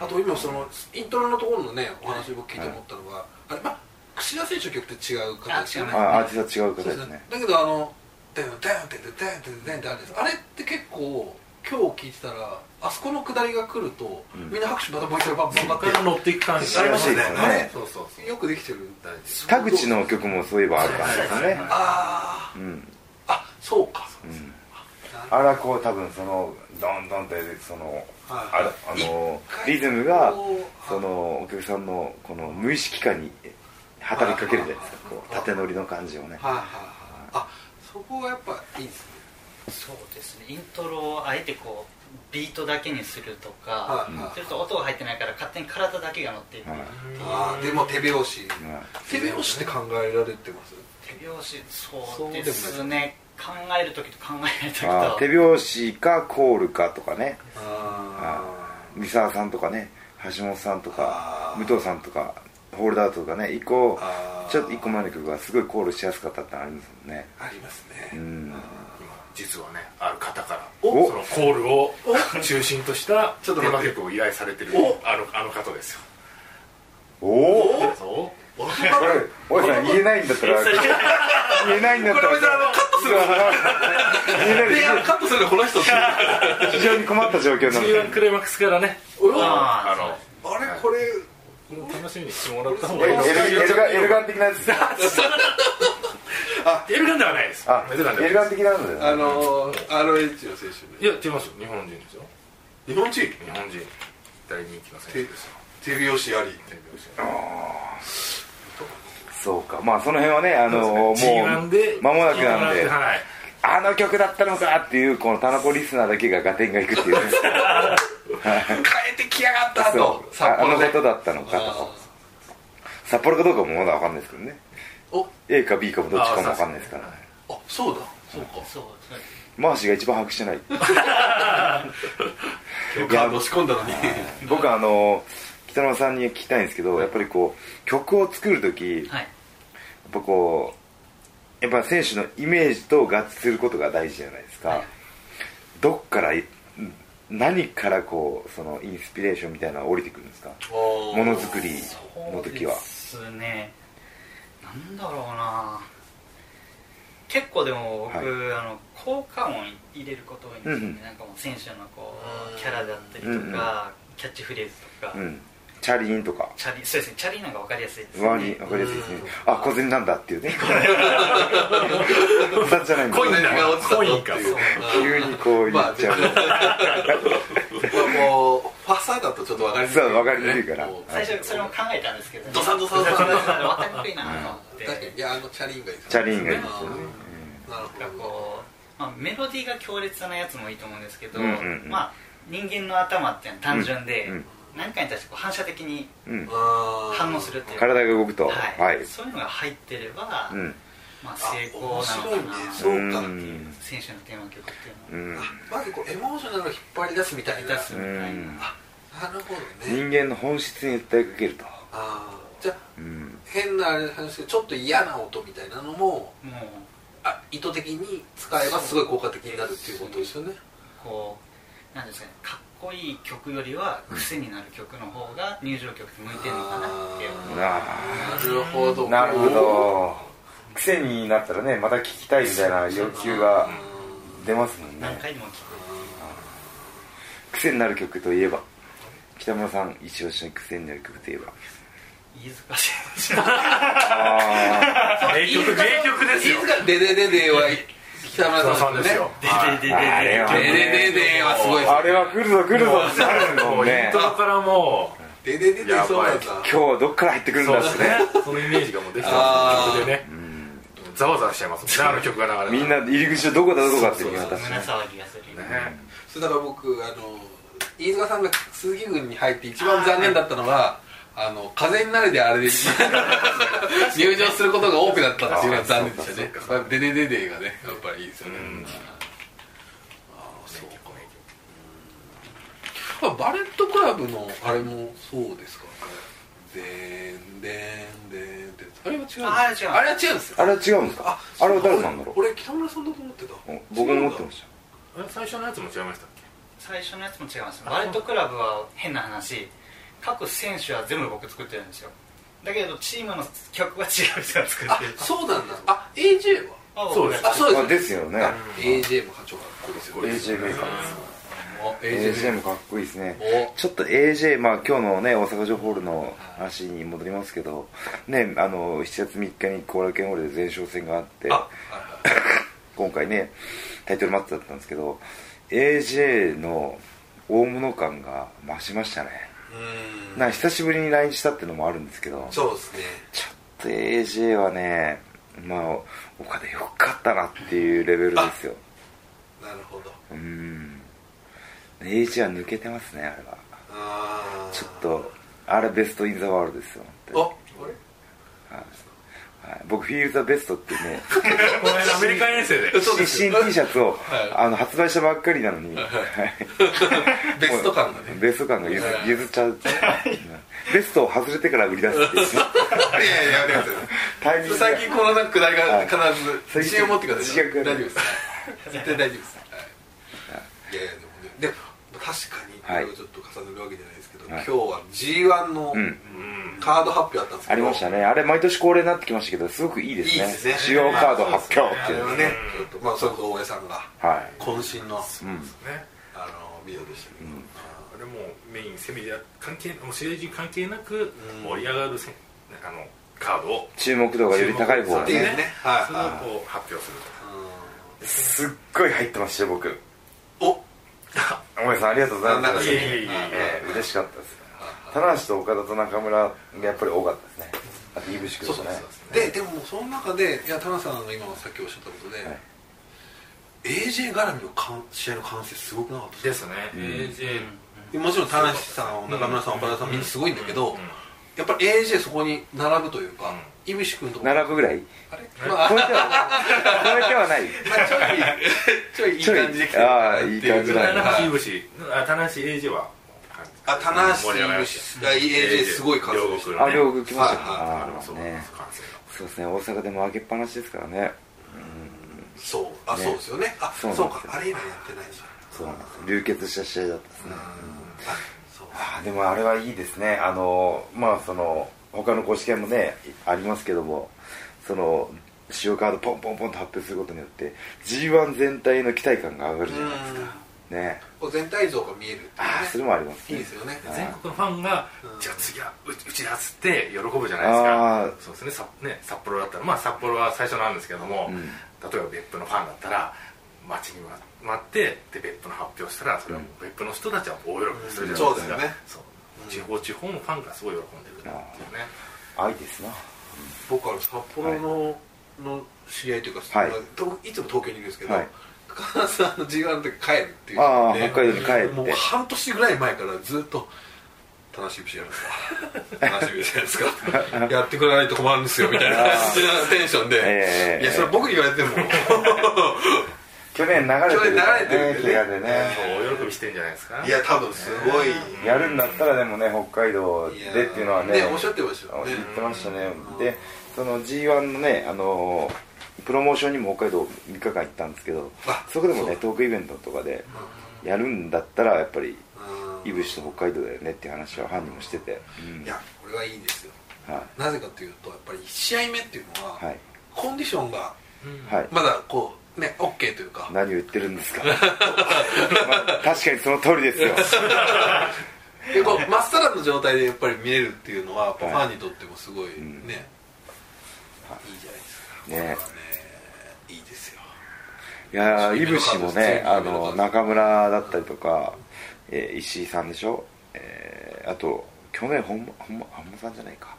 [SPEAKER 2] あと今そのイントロのところのねお話僕聞いて思ったのが、あれまあ櫛田選手の曲って違う形ですよね
[SPEAKER 3] あ違います
[SPEAKER 1] あアーティストは違う
[SPEAKER 2] そ
[SPEAKER 1] 方で
[SPEAKER 2] うで
[SPEAKER 1] すす
[SPEAKER 2] ね
[SPEAKER 1] ね
[SPEAKER 2] だけどあの「テンテンテンテンテンテン」ってあるんですあれって結構今日聞いてたらあそこの下りが来ると、
[SPEAKER 1] ん
[SPEAKER 2] みんな拍手またもう一回バンバンバン
[SPEAKER 4] こから乗っていく感じ
[SPEAKER 1] ありますね
[SPEAKER 2] あれ
[SPEAKER 4] そうそうそう
[SPEAKER 2] よくできてる
[SPEAKER 1] 田口の曲もそういえばある感じですね
[SPEAKER 2] あー
[SPEAKER 1] うん
[SPEAKER 2] あそうかそう
[SPEAKER 1] う
[SPEAKER 2] です
[SPEAKER 1] ん
[SPEAKER 2] なるほ
[SPEAKER 1] あらこう多分そのどんどんってそのあ
[SPEAKER 2] はい
[SPEAKER 1] らあの
[SPEAKER 2] 回
[SPEAKER 1] リズムが
[SPEAKER 2] こう
[SPEAKER 1] そのお客さんのこの無意識感に働きかけるじゃないですかこう縦乗りの感じをね
[SPEAKER 2] どはいはいはいあそこがやっぱいいですね
[SPEAKER 3] そうですねイントロをあえてこうビートだけにすると
[SPEAKER 2] は
[SPEAKER 3] か
[SPEAKER 2] いはい
[SPEAKER 3] すると音が入ってないから勝手に体だけが乗っていく
[SPEAKER 1] はい
[SPEAKER 2] あーでも手拍子
[SPEAKER 1] まあ
[SPEAKER 2] 手拍子って考えられてます
[SPEAKER 3] 手拍子
[SPEAKER 2] そ
[SPEAKER 3] そ
[SPEAKER 2] でも
[SPEAKER 3] うう
[SPEAKER 2] ない
[SPEAKER 3] ですね考える時と考えない時
[SPEAKER 1] あー手
[SPEAKER 3] と
[SPEAKER 1] 拍子かコールかとかね
[SPEAKER 2] あ
[SPEAKER 1] 三沢さんとかね橋本さんと
[SPEAKER 2] あ
[SPEAKER 1] か
[SPEAKER 2] ー
[SPEAKER 1] 武藤さんとかホールダーとかね一個
[SPEAKER 2] あー
[SPEAKER 1] ちょっと一個前の曲がすごいコールしやすかったってのありますもんね
[SPEAKER 2] ありますね
[SPEAKER 1] うん
[SPEAKER 4] 今
[SPEAKER 5] 実はねある方から
[SPEAKER 1] お
[SPEAKER 4] そのコールを中心とした
[SPEAKER 5] ちょっと
[SPEAKER 4] テー
[SPEAKER 5] 待っ
[SPEAKER 4] マ
[SPEAKER 5] て
[SPEAKER 4] 曲
[SPEAKER 5] 曲を依頼されてるあのあの方ですよ
[SPEAKER 1] おおこ
[SPEAKER 4] そ
[SPEAKER 1] れおやさん言えないんだったら言えないんだったら
[SPEAKER 2] これ別にあのカットする
[SPEAKER 1] 言え
[SPEAKER 2] で
[SPEAKER 1] な
[SPEAKER 2] あのカットするのこの人
[SPEAKER 4] (laughs)
[SPEAKER 2] って
[SPEAKER 1] い非常に困った状況なので
[SPEAKER 4] う G1 クライマックスからね
[SPEAKER 3] あ
[SPEAKER 4] あの
[SPEAKER 2] あれこれ
[SPEAKER 4] 楽しみにしてもらった方が
[SPEAKER 1] エ
[SPEAKER 4] いいの
[SPEAKER 1] ルエルガエルガン的なやつ
[SPEAKER 4] エルガンではないです
[SPEAKER 1] あ
[SPEAKER 4] エルガンで
[SPEAKER 1] エ
[SPEAKER 4] は
[SPEAKER 1] ル
[SPEAKER 4] ない
[SPEAKER 1] ガン的なのだ
[SPEAKER 2] あ
[SPEAKER 1] よ
[SPEAKER 2] の RH の選手
[SPEAKER 4] いや違いますよ日本人ですよ
[SPEAKER 2] で日本人
[SPEAKER 4] 日本人大人気の選手
[SPEAKER 2] 手
[SPEAKER 4] ですよ
[SPEAKER 2] 手拍子あり
[SPEAKER 4] テレビをして
[SPEAKER 1] そうかまあその辺はねあのもう
[SPEAKER 4] G1 で
[SPEAKER 1] 間もなくなんで
[SPEAKER 4] G1 はい
[SPEAKER 1] あの曲だったのかっていうこのタナポリスナーだけが合点がいくっていうね
[SPEAKER 2] 変えてきやがった
[SPEAKER 1] そ
[SPEAKER 2] と
[SPEAKER 1] うああの
[SPEAKER 2] で
[SPEAKER 1] ことだったのかと札幌かどうかもまだ分かんないですけどね
[SPEAKER 2] お
[SPEAKER 1] A か B かもどっちかも分かんないですから
[SPEAKER 2] あそうだそうか
[SPEAKER 3] そうそう
[SPEAKER 1] マーシーが一番把握して
[SPEAKER 2] (laughs)
[SPEAKER 1] ない
[SPEAKER 2] よくあの仕込んだのに
[SPEAKER 1] 僕あの北野さんに聞きたいんですけどやっぱりこう曲を作る時やっ
[SPEAKER 3] はい
[SPEAKER 1] ぱこうやっぱ選手のイメージと合致することが大事じゃないですか、
[SPEAKER 3] はい
[SPEAKER 1] どっからい何からこうそのインスピレーションみたいなのが降りてくるんですかものづくりの時は
[SPEAKER 3] そうですねなんだろうな結構でも僕、あの効果音入れることが多いんですよね、
[SPEAKER 1] うん
[SPEAKER 3] なんかもう選手のこ
[SPEAKER 2] う
[SPEAKER 3] うんキャラだったりとか、
[SPEAKER 1] うんうん
[SPEAKER 3] キャッチフレーズとか、
[SPEAKER 1] うんチャリーンとか
[SPEAKER 3] チャリそうですねチャリなんか分かりやすいですよ
[SPEAKER 1] 割に
[SPEAKER 3] ね
[SPEAKER 1] 分かりやすいですねあ小銭なんだっていうね雑じゃないんだ
[SPEAKER 2] 恋の名が落ちたぞっていう
[SPEAKER 3] コ
[SPEAKER 1] 急にこう言っちゃう、
[SPEAKER 2] (laughs) もうファサだとちょっと分かりにくい
[SPEAKER 1] そう分かりにくいから
[SPEAKER 2] もう
[SPEAKER 3] 最初それも考えたんですけど、ね、
[SPEAKER 2] ドサンドサンドサン
[SPEAKER 3] ドサンド分かりにくいなと思って、
[SPEAKER 2] 確かにいやあのチャリンがいいですね
[SPEAKER 1] チャリーンがいいですよね
[SPEAKER 2] なる
[SPEAKER 3] なんか
[SPEAKER 2] ほど
[SPEAKER 3] こう、まあ、メロディーが強烈なやつもいいと思うんですけど、
[SPEAKER 1] うんうんうん
[SPEAKER 3] まあ、人間の頭っていうのは単純で、
[SPEAKER 1] うんうん
[SPEAKER 3] 何かに対してこう反射的に
[SPEAKER 1] うん、
[SPEAKER 2] あー
[SPEAKER 3] 反応するっていうか、
[SPEAKER 1] 体が動くと
[SPEAKER 3] はい
[SPEAKER 1] はい、
[SPEAKER 3] そういうのが入ってれば、
[SPEAKER 1] うん
[SPEAKER 3] まあ、
[SPEAKER 2] あ
[SPEAKER 3] 成功なのか
[SPEAKER 2] 面白いね
[SPEAKER 3] な
[SPEAKER 2] そ
[SPEAKER 1] う
[SPEAKER 2] うかっ
[SPEAKER 1] ん
[SPEAKER 2] てい
[SPEAKER 3] っていうう選手のテーマ曲っていう
[SPEAKER 1] うん
[SPEAKER 3] のを
[SPEAKER 2] まずこうエモーショナルを引っ張り出すみたいな
[SPEAKER 3] 出すみたいな、
[SPEAKER 1] うん
[SPEAKER 2] あなるほどね
[SPEAKER 1] 人間の本質に訴えかけると、
[SPEAKER 2] あーじゃあ
[SPEAKER 1] うん、
[SPEAKER 2] 変なあれなんですけどちょっと嫌な音みたいなのも
[SPEAKER 3] もう
[SPEAKER 2] あ意図的に使えばすごい効果的になるっていうことですよね
[SPEAKER 3] こうなんですかねかっこいい曲よりは癖になる曲の方が入場曲って向いてるのかなっていう
[SPEAKER 2] あ
[SPEAKER 1] な
[SPEAKER 2] なるほど
[SPEAKER 1] なるほど癖になったらねまた聞きたいみたいな要求が出ますもん
[SPEAKER 3] 何
[SPEAKER 1] ね
[SPEAKER 3] 回でも聴く
[SPEAKER 1] 癖になる曲といえば北村さん一押しの癖になる曲といえば
[SPEAKER 3] 飯塚選手
[SPEAKER 1] あ
[SPEAKER 4] 名曲名曲ですよ
[SPEAKER 2] 飯塚デデデデは北村さ
[SPEAKER 4] さ
[SPEAKER 2] ん
[SPEAKER 4] んですよ
[SPEAKER 3] でででで
[SPEAKER 1] ああれは
[SPEAKER 2] デデ
[SPEAKER 1] ね
[SPEAKER 2] デデはすごい
[SPEAKER 1] ーあれは来るぞ来るぞってなるも
[SPEAKER 4] も
[SPEAKER 1] ん
[SPEAKER 4] うイ
[SPEAKER 1] ね
[SPEAKER 4] ントロからもう
[SPEAKER 2] デデデデそうなんだ
[SPEAKER 1] 今日はどっから入ってくるん
[SPEAKER 4] そう
[SPEAKER 1] だっ
[SPEAKER 4] で
[SPEAKER 1] て
[SPEAKER 4] す
[SPEAKER 1] ね
[SPEAKER 4] ねそのイメージがもうできて
[SPEAKER 2] あ
[SPEAKER 4] ま
[SPEAKER 2] ー
[SPEAKER 4] す曲でねざわざわしちゃいますもんねあの曲が流れたら
[SPEAKER 1] みんな入り口をどこだどこだって見渡す
[SPEAKER 3] 胸騒ぎがするよね
[SPEAKER 4] ね
[SPEAKER 2] そうだから僕あの飯塚さんが鈴木軍に入って一番残念だったのはあの風になれであれで入場することが多くなったっていうのは残念でしたねやっぱデデデデがねやっぱりいいですよね、
[SPEAKER 4] ん
[SPEAKER 2] ああそうかあバレットクラブのあれもそうですかでんでんでんってあれは違うんです
[SPEAKER 3] ああ
[SPEAKER 2] あれは違
[SPEAKER 3] れ違う
[SPEAKER 2] うんです
[SPEAKER 1] あれは違
[SPEAKER 2] よ
[SPEAKER 1] うんですかあれは誰なんだろう
[SPEAKER 2] 俺北村さんだと思ってた
[SPEAKER 1] 僕も思ってました
[SPEAKER 4] あれ最初のやつも違いましたっけ
[SPEAKER 3] 最初のやつも違いますバレットクラブは変な話各選手は全部僕作ってるんですよだけどチームの曲は違う人が作っ
[SPEAKER 2] あ
[SPEAKER 3] てる
[SPEAKER 2] そうなんだあ AJ は
[SPEAKER 3] あ
[SPEAKER 4] そうです
[SPEAKER 2] あそう
[SPEAKER 1] ま
[SPEAKER 2] で
[SPEAKER 1] あ
[SPEAKER 2] す
[SPEAKER 1] ですよね
[SPEAKER 2] あ AJ も課長かっこいいですよ
[SPEAKER 1] AJ メーカーで
[SPEAKER 2] AJ
[SPEAKER 1] す AJ もかっこいいですね
[SPEAKER 2] お
[SPEAKER 1] ちょっと AJ まあ今日のね大阪城ホールの話に戻りますけどねあの7月3日に後楽園ホールで前哨戦があって
[SPEAKER 2] あはいはい
[SPEAKER 1] 今回ねタイトルマッチだったんですけど AJ の大物感が増しましたね
[SPEAKER 2] うーん
[SPEAKER 1] なんか久しぶりに来日したってのもあるんですけど
[SPEAKER 2] そうですね
[SPEAKER 1] ちょっと AJ はねまあ岡田よかったなっていうレベルですよ
[SPEAKER 2] なるほど
[SPEAKER 1] うーん AJ は抜けてますねあれは
[SPEAKER 2] ああ
[SPEAKER 1] ちょっとあれベスト・イン・ザ・ワールドですよ
[SPEAKER 2] あ
[SPEAKER 1] 本
[SPEAKER 2] あれ
[SPEAKER 1] 当にはい、僕フィールザ・ベストっていうね
[SPEAKER 4] この間アメリカ遠征で
[SPEAKER 2] (laughs) そうです
[SPEAKER 1] 新 T シャツを、
[SPEAKER 2] はい
[SPEAKER 1] あの発売したばっかりなのに、
[SPEAKER 2] ベスト感がね
[SPEAKER 1] ベスト感が譲
[SPEAKER 2] はい
[SPEAKER 1] 譲っちゃうベストを外れてから売り出すって
[SPEAKER 2] (laughs)
[SPEAKER 1] いうね
[SPEAKER 2] いや
[SPEAKER 1] (laughs)
[SPEAKER 2] いややめてください
[SPEAKER 1] タイミングが
[SPEAKER 2] 最近このなんかくだりが必ず
[SPEAKER 1] い
[SPEAKER 2] 自信を持ってください
[SPEAKER 1] 自信が
[SPEAKER 2] 大丈夫です絶対大丈夫です、はい、いやいやでもねでも確か
[SPEAKER 1] はい
[SPEAKER 2] にこれをちょっと重ねるわけじゃないですけど、
[SPEAKER 1] はい
[SPEAKER 2] 今日は G1 の
[SPEAKER 1] うん
[SPEAKER 2] カード発表あったんですけ
[SPEAKER 1] あ
[SPEAKER 2] ど、
[SPEAKER 1] りましたねあれ毎年恒例になってきましたけどすごくいいですね
[SPEAKER 2] いいですね
[SPEAKER 1] 主要カード発表っ
[SPEAKER 2] あ
[SPEAKER 1] てい
[SPEAKER 2] れ
[SPEAKER 1] う
[SPEAKER 2] は
[SPEAKER 1] の
[SPEAKER 2] ねちょっとまあそれこそ大江さんが
[SPEAKER 1] はい
[SPEAKER 2] 渾身の
[SPEAKER 5] ね
[SPEAKER 2] あのビデオでしたけど、
[SPEAKER 5] あれもメインセミで関係もう政治に関係なく
[SPEAKER 2] うん
[SPEAKER 5] 盛り上がるせ、あのカードを
[SPEAKER 1] 注目度がより高い方が
[SPEAKER 2] っていう
[SPEAKER 1] ね
[SPEAKER 2] ねはい
[SPEAKER 5] それをこう発表する
[SPEAKER 1] すっごい入ってましたよ僕
[SPEAKER 2] うんお
[SPEAKER 1] お前さんありがとうござい
[SPEAKER 2] な
[SPEAKER 1] ま
[SPEAKER 2] ん
[SPEAKER 1] す
[SPEAKER 2] か
[SPEAKER 5] いえいえいえ
[SPEAKER 1] ええ嬉しかったです棚橋と岡田と中村がやっぱり多かったですねあといぶし君
[SPEAKER 2] そ
[SPEAKER 1] と
[SPEAKER 2] うそう
[SPEAKER 1] ね
[SPEAKER 2] そうででもその中でいや田中さんが今さっきおっしゃったことで、
[SPEAKER 1] はい
[SPEAKER 2] AJ 絡みのかん試合の完成すごくなかった
[SPEAKER 5] で
[SPEAKER 2] です
[SPEAKER 5] ね、
[SPEAKER 1] ん
[SPEAKER 5] AJ
[SPEAKER 2] すもちろん田中さん中村さん岡田さんみんなすごいんだけど、
[SPEAKER 5] うん
[SPEAKER 2] やっぱり AJ そこに並ぶというか、井口君とか
[SPEAKER 1] 並ぶぐらい
[SPEAKER 2] あれ
[SPEAKER 1] 超
[SPEAKER 2] ま
[SPEAKER 1] え
[SPEAKER 2] あ
[SPEAKER 1] ては超えてはない
[SPEAKER 2] まあちょい (laughs) ちょいいい感じできてるかなっていうぐ
[SPEAKER 1] ちょいあーいい
[SPEAKER 2] らい
[SPEAKER 1] 感じだね
[SPEAKER 2] の
[SPEAKER 5] 棚
[SPEAKER 2] はい
[SPEAKER 5] 橋井口あ棚橋 AJ は
[SPEAKER 2] あ棚橋
[SPEAKER 5] 盛り上がりま
[SPEAKER 2] 井口が AJ すごい活躍してる
[SPEAKER 1] あ両国来ました
[SPEAKER 2] はい
[SPEAKER 5] あ
[SPEAKER 1] か
[SPEAKER 5] れもそう
[SPEAKER 1] あ
[SPEAKER 5] なん
[SPEAKER 1] ね
[SPEAKER 5] です完成が
[SPEAKER 1] そうですね大阪でも開けっぱなしですからね
[SPEAKER 2] そうあ、
[SPEAKER 1] ね
[SPEAKER 2] そうですよねあ
[SPEAKER 1] そ
[SPEAKER 2] そうう
[SPEAKER 1] なんですよ
[SPEAKER 2] かあれ以来やってないじ
[SPEAKER 1] そうなんです流血した試合だったですね
[SPEAKER 2] ゃんあそう
[SPEAKER 1] あーでもあれはいいですねあのまあその他の公式会もねありますけどもその使用カードポンポンポンと発表することによって G1 全体の期待感が上がるじゃないですかね
[SPEAKER 2] こう全体像が見えるっていうね
[SPEAKER 1] ああそれもあります
[SPEAKER 2] いい
[SPEAKER 1] ね
[SPEAKER 2] ですよね
[SPEAKER 5] 全国のファンが、じゃあ次はううちだっつって喜ぶじゃない
[SPEAKER 1] あ
[SPEAKER 5] で
[SPEAKER 1] ー
[SPEAKER 5] すかそうですねさね札幌だったらまあ札幌は最初なんですけども、
[SPEAKER 1] うん
[SPEAKER 5] 例えば別府のファンだったら待ちに待ってで別府の発表したらそれはもう別府の人たちは大喜びするじゃないですか、
[SPEAKER 2] うんそうだよね
[SPEAKER 5] そう地方地方のファンがすごい喜んでくれるっていうね
[SPEAKER 1] 愛ですな
[SPEAKER 2] 僕は札幌のの知り合いというか
[SPEAKER 1] はい
[SPEAKER 2] といつも東京にいるんですけど
[SPEAKER 1] はい
[SPEAKER 2] 高田さんの G1 の時帰るっていう
[SPEAKER 1] ああ
[SPEAKER 2] で
[SPEAKER 1] 北海道に帰って
[SPEAKER 2] もう半年ぐらい前からずっと楽しみじゃない
[SPEAKER 1] (laughs)
[SPEAKER 2] ですか楽しみじゃないですかやってくれないと困るんですよみ
[SPEAKER 1] (laughs)
[SPEAKER 2] たいな感じのテンションで、
[SPEAKER 1] ええ
[SPEAKER 2] いやそれ僕に言われ
[SPEAKER 1] (laughs)
[SPEAKER 2] ても
[SPEAKER 1] 去年流れてるから
[SPEAKER 2] 去年流れてるんでね
[SPEAKER 1] 怪我でね
[SPEAKER 5] そう大喜びしてんじゃないですか
[SPEAKER 2] いや多分すごい
[SPEAKER 1] やるんだったらでもね北海道
[SPEAKER 2] いや
[SPEAKER 1] でっていうのはね
[SPEAKER 2] おっしゃってましたよね
[SPEAKER 1] 言ってましたねでその G1 のねあのプロモーションにも北海道3日間行ったんですけど
[SPEAKER 2] あ
[SPEAKER 1] そこでも
[SPEAKER 2] そう
[SPEAKER 1] ねトークイベントとかでやるんだったらやっぱり
[SPEAKER 2] うん
[SPEAKER 1] いぶしと北海道だよねっていう話は犯人もしてて、うん
[SPEAKER 2] いやこれはいいですよ
[SPEAKER 1] は
[SPEAKER 2] なぜかというとやっぱり1試合目っていうのは、
[SPEAKER 1] いはい
[SPEAKER 2] コンディションが
[SPEAKER 1] はい
[SPEAKER 2] まだこうね OK というか
[SPEAKER 1] 何を言ってるんですか、ま (laughs) あ確かにその通りですよ
[SPEAKER 2] でこうまっさらの状態でやっぱり見れるっていうのはやっぱファンにとってもすごい
[SPEAKER 1] ん
[SPEAKER 2] ね、い、いじゃないですか
[SPEAKER 1] ね
[SPEAKER 2] いいですよ
[SPEAKER 1] いやーいぶしもねあ
[SPEAKER 2] そういうこと
[SPEAKER 1] の
[SPEAKER 2] です
[SPEAKER 1] 中村だったりとか、えー石井さんでしょ、えーあと去年本間本間本間さんじゃないか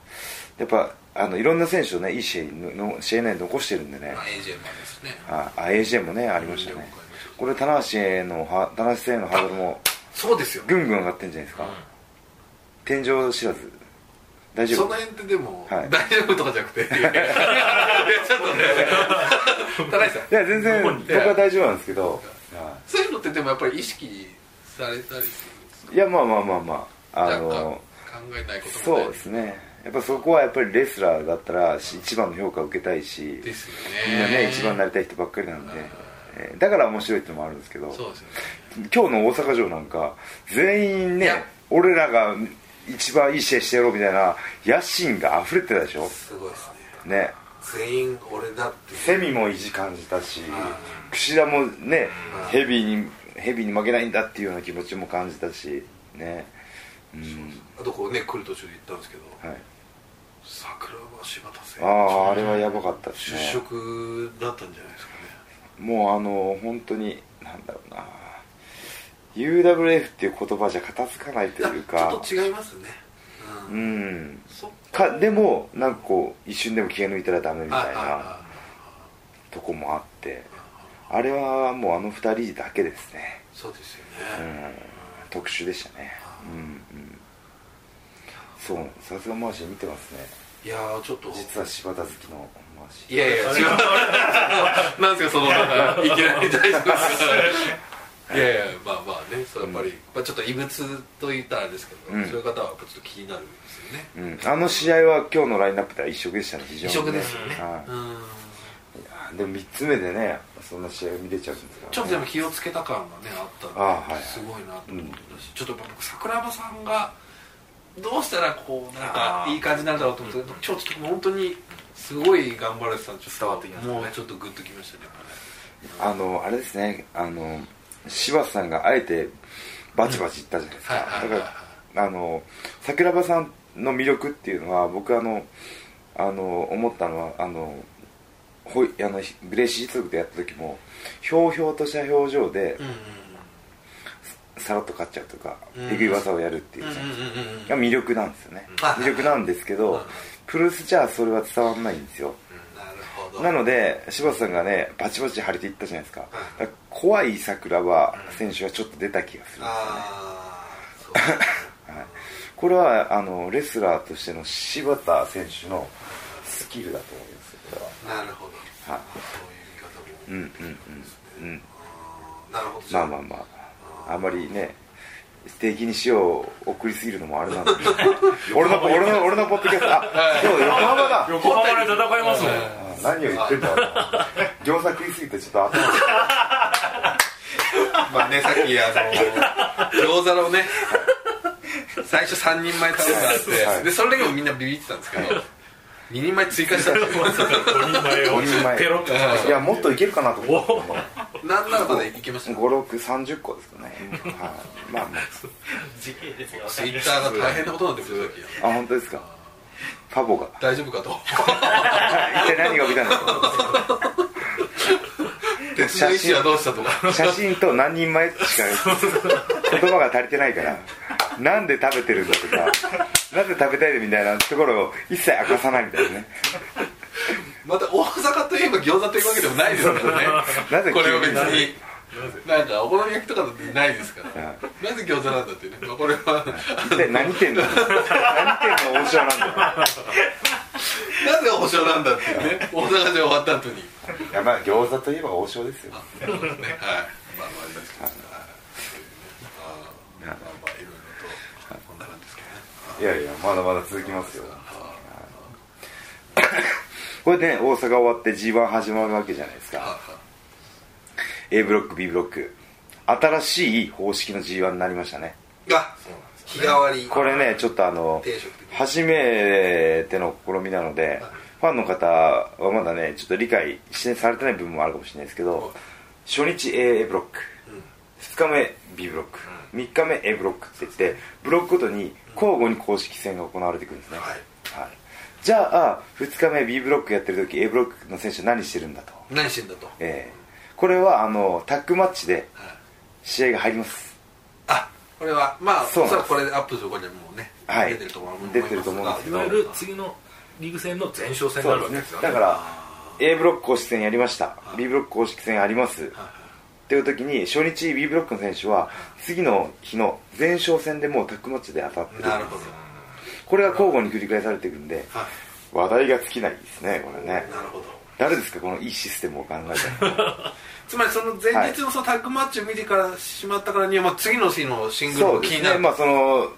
[SPEAKER 1] やっぱあのいろんな選手をねいい試合のの試合内に残してるんでね
[SPEAKER 2] AJ もありますね
[SPEAKER 1] ああ AJ もねありました
[SPEAKER 2] 了
[SPEAKER 1] ね
[SPEAKER 2] 解
[SPEAKER 1] これ棚橋へのは棚橋へのハードルも
[SPEAKER 2] そうですよ
[SPEAKER 1] ぐんぐん上がってんじゃないですか、天井知らず大丈
[SPEAKER 2] そ
[SPEAKER 1] 夫
[SPEAKER 2] の辺ってでも、
[SPEAKER 1] はい
[SPEAKER 2] 大丈夫とかじゃなく
[SPEAKER 1] (laughs)
[SPEAKER 2] ていやちょっとね田中さん
[SPEAKER 1] いや全然
[SPEAKER 5] どこに
[SPEAKER 1] 僕は大丈夫なんですけどは
[SPEAKER 2] そういうのってでもやっぱり意識されたりするんですか
[SPEAKER 1] いいやまあまあまあまああ
[SPEAKER 2] なん
[SPEAKER 1] の
[SPEAKER 2] か考えないこと
[SPEAKER 1] そ
[SPEAKER 2] も
[SPEAKER 1] う
[SPEAKER 2] ない
[SPEAKER 1] ですねやっぱそこはやっぱりレスラーだったらし一番の評価を受けたいし
[SPEAKER 2] ですよ
[SPEAKER 1] み
[SPEAKER 2] ね
[SPEAKER 1] んなね一番になりたい人ばっかりなんで、えーだから面白いってのもあるんですけど
[SPEAKER 2] そうですよね
[SPEAKER 1] 今日の大阪城なんか全員
[SPEAKER 2] い
[SPEAKER 1] ね
[SPEAKER 2] や
[SPEAKER 1] 俺らが一番いい試合してやろうみたいな野心が溢れてたでしょ
[SPEAKER 2] すごいですね
[SPEAKER 1] ね
[SPEAKER 2] 全員俺だっていう
[SPEAKER 1] セミも意地感じたし櫛田もねヘビーにヘビーに負けないんだっていうような気持ちも感じたしねうん
[SPEAKER 2] あとこうね来る途中で言ったんですけど
[SPEAKER 1] はい
[SPEAKER 2] 桜庭柴田選
[SPEAKER 1] あああれはやばかったです
[SPEAKER 2] 手
[SPEAKER 1] ね
[SPEAKER 2] 出色だったんじゃないですかね
[SPEAKER 1] もうあの本当になんだろうな UWF っていう言葉じゃ片付かないという
[SPEAKER 2] いや
[SPEAKER 1] か
[SPEAKER 2] ちょっと違いますねう
[SPEAKER 1] うんん
[SPEAKER 2] そっ
[SPEAKER 1] かでもなんかこう一瞬でも気が抜いたらダメみ
[SPEAKER 2] あ
[SPEAKER 1] たいな
[SPEAKER 2] あ
[SPEAKER 1] とこもあってあれはもうあの二人だけですね、
[SPEAKER 2] そうですよ
[SPEAKER 1] う
[SPEAKER 2] ね
[SPEAKER 1] ん、特殊でしたねうんうんそうさすがマーシー見てますね
[SPEAKER 2] いやーちょっと
[SPEAKER 1] 実は柴田好きのマーシ
[SPEAKER 2] いやいや違
[SPEAKER 1] (laughs)
[SPEAKER 2] うなんですかそのなんかいきなり大丈夫ですかいやいやまあまあねそうやっぱり、まあ、ちょっと異物と言ったらあれですけど、
[SPEAKER 1] うん
[SPEAKER 2] そういう方はやっぱちょっと気になるんですよね
[SPEAKER 1] ー、うん、あの試合は今日のラインナップでは一色でしたね非常
[SPEAKER 2] 異
[SPEAKER 1] に、
[SPEAKER 2] 色ですよね
[SPEAKER 1] はい
[SPEAKER 2] うん
[SPEAKER 1] いやでも3つ目でねそんな試合を見れちゃうんですから、ね、
[SPEAKER 2] ちょっとでも気をつけた感がねあった
[SPEAKER 1] あ
[SPEAKER 2] の
[SPEAKER 1] はいはい
[SPEAKER 2] すごいなと思ったし、ちょっとやっぱ僕桜庭さんがどうしたらこうなんか
[SPEAKER 5] あー
[SPEAKER 2] いい感じなんだろうと思って今日ちょっと本当にすごい頑張られてたんでちょっと
[SPEAKER 5] 伝わってきましたね
[SPEAKER 2] もうちょっとグッときましたねやっぱね
[SPEAKER 1] あのあれですねあの柴田さんがあえてバチバチいったじゃないですか、
[SPEAKER 2] うんはいはいはい
[SPEAKER 1] だからあの桜庭さんの魅力っていうのは僕あのあの思ったのはあのほいあのグレイシー族でやった時もひょうひょうとした表情で
[SPEAKER 2] うん
[SPEAKER 1] さらっと勝っちゃうとか、
[SPEAKER 2] うん
[SPEAKER 1] えぐい技をやるっていうじゃないですか、
[SPEAKER 2] うんうんうんうん
[SPEAKER 1] が魅力なんですよね
[SPEAKER 2] はいはい
[SPEAKER 1] 魅力なんですけ
[SPEAKER 2] はい
[SPEAKER 1] ど
[SPEAKER 2] はい
[SPEAKER 1] プロレスじゃそれは伝わんないんですよ
[SPEAKER 2] なるほど
[SPEAKER 1] なので柴田さんがねバチバチ張りていったじゃないですかだから怖い桜は選手はちょっと出た気がするんですよね
[SPEAKER 2] ああ
[SPEAKER 1] (laughs)
[SPEAKER 2] そうだね
[SPEAKER 1] これはあのレスラーとしての柴田選手のスキルだと思いますよこれは
[SPEAKER 2] なるほど
[SPEAKER 1] はい
[SPEAKER 2] そ
[SPEAKER 1] う
[SPEAKER 2] ういうん見
[SPEAKER 1] うんうんうん
[SPEAKER 2] 方もなるほど
[SPEAKER 1] まあまあまああんまりねステーキに塩を送りすぎるのもあれなんで俺の俺の俺のポッドキャストあそう横浜だ
[SPEAKER 4] 横浜で戦いますもん
[SPEAKER 1] 何を言ってんだろう餃子食いすぎてちょっと頭が
[SPEAKER 2] まあね、 (laughs) さっきあの餃子のね最初3人前頼んだって、
[SPEAKER 1] はい
[SPEAKER 2] でそれだけもみんなビビってたんですけど2人前追加したんですよ
[SPEAKER 5] (laughs)
[SPEAKER 4] 5人前を
[SPEAKER 1] 5人前
[SPEAKER 4] ペロッと
[SPEAKER 1] いやもっといけるかなと思って
[SPEAKER 2] なんならまだいけましたよ
[SPEAKER 1] 5630個ですかね、はい、まあまあ
[SPEAKER 3] 時系列が
[SPEAKER 2] ツイ
[SPEAKER 3] 分
[SPEAKER 2] ッ
[SPEAKER 3] か
[SPEAKER 2] ターが大変なことになってますよさっき
[SPEAKER 1] あ本当ですかパボが
[SPEAKER 2] 大丈夫かと
[SPEAKER 1] 一体何が起きたんです
[SPEAKER 2] 鉄の意思はどうしたとか
[SPEAKER 1] か写真と何人前しか言葉が足りてないからなんで食べてるんだとかなぜ食べたいみたいなところを一切明かさないみたいなね
[SPEAKER 2] また大阪といえば餃子というわけでもないですからね
[SPEAKER 1] なぜ
[SPEAKER 2] これは別
[SPEAKER 1] 急に
[SPEAKER 2] になんかお好み焼きとかだってないですから、
[SPEAKER 1] は
[SPEAKER 2] なぜ餃子なんだってね、まあ、これは
[SPEAKER 1] 一体何店の何店の王将なんだよ
[SPEAKER 2] なぜ保証なんだっていうね大阪城終わった後に
[SPEAKER 1] いやまあ餃子といえば王将ですよ
[SPEAKER 2] ね、はい、まあまあありますけど、はい、まあまあいろいろとこんな感じですけどね。
[SPEAKER 1] いやいやまだまだ続きますよこれで、ね、大阪終わって g 1始まるわけじゃないです
[SPEAKER 2] あ
[SPEAKER 1] か A ブロック B ブロック新しい方式の g 1になりましたね
[SPEAKER 2] が日替わり
[SPEAKER 1] これねちょっとあの
[SPEAKER 2] 定食的な
[SPEAKER 1] 初めての試みなのでファンの方はまだねちょっと理解しされてない部分もあるかもしれないですけど初日 A ブロック2日目 B ブロック3日目 A ブロックって言ってブロックごとに交互に公式戦が行われていくんですね、
[SPEAKER 2] はい
[SPEAKER 1] はい、じゃあ2日目 B ブロックやってる時 A ブロックの選手は何してるんだと、
[SPEAKER 2] 何してんだと。
[SPEAKER 1] えーこれはあのタッグマッチで試合が入ります
[SPEAKER 2] あ、これはまあ
[SPEAKER 1] そう
[SPEAKER 2] おそらくこれでアップするこにはもうね、
[SPEAKER 1] はい
[SPEAKER 2] 出てると思います
[SPEAKER 1] 出てると思うんですけ
[SPEAKER 4] い
[SPEAKER 1] ど
[SPEAKER 4] わゆる次のリーグ戦の前哨戦にな
[SPEAKER 1] そ
[SPEAKER 4] る
[SPEAKER 1] うで
[SPEAKER 4] わ
[SPEAKER 1] す
[SPEAKER 4] け
[SPEAKER 1] ね
[SPEAKER 4] ですよね
[SPEAKER 1] だから A ブロック公式戦やりました B ブロック公式戦ありますっていう時に初日 B ブロックの選手は次の日の前哨戦でもうタッグマッチで当たってる
[SPEAKER 2] なるほど。
[SPEAKER 1] これが交互に繰り返されていくんで
[SPEAKER 2] はい。
[SPEAKER 1] 話題が尽きないですねこれね
[SPEAKER 2] なるほど。
[SPEAKER 1] 誰ですかこのいいシステムを考え
[SPEAKER 2] (laughs)
[SPEAKER 1] たの
[SPEAKER 2] つまりその前日のそのタッグマッチを見てからしまったからには、まあ、次の日のシングル
[SPEAKER 1] そ
[SPEAKER 2] も
[SPEAKER 1] うで
[SPEAKER 2] 気
[SPEAKER 1] す
[SPEAKER 2] にな
[SPEAKER 1] ね
[SPEAKER 2] る。
[SPEAKER 1] まあその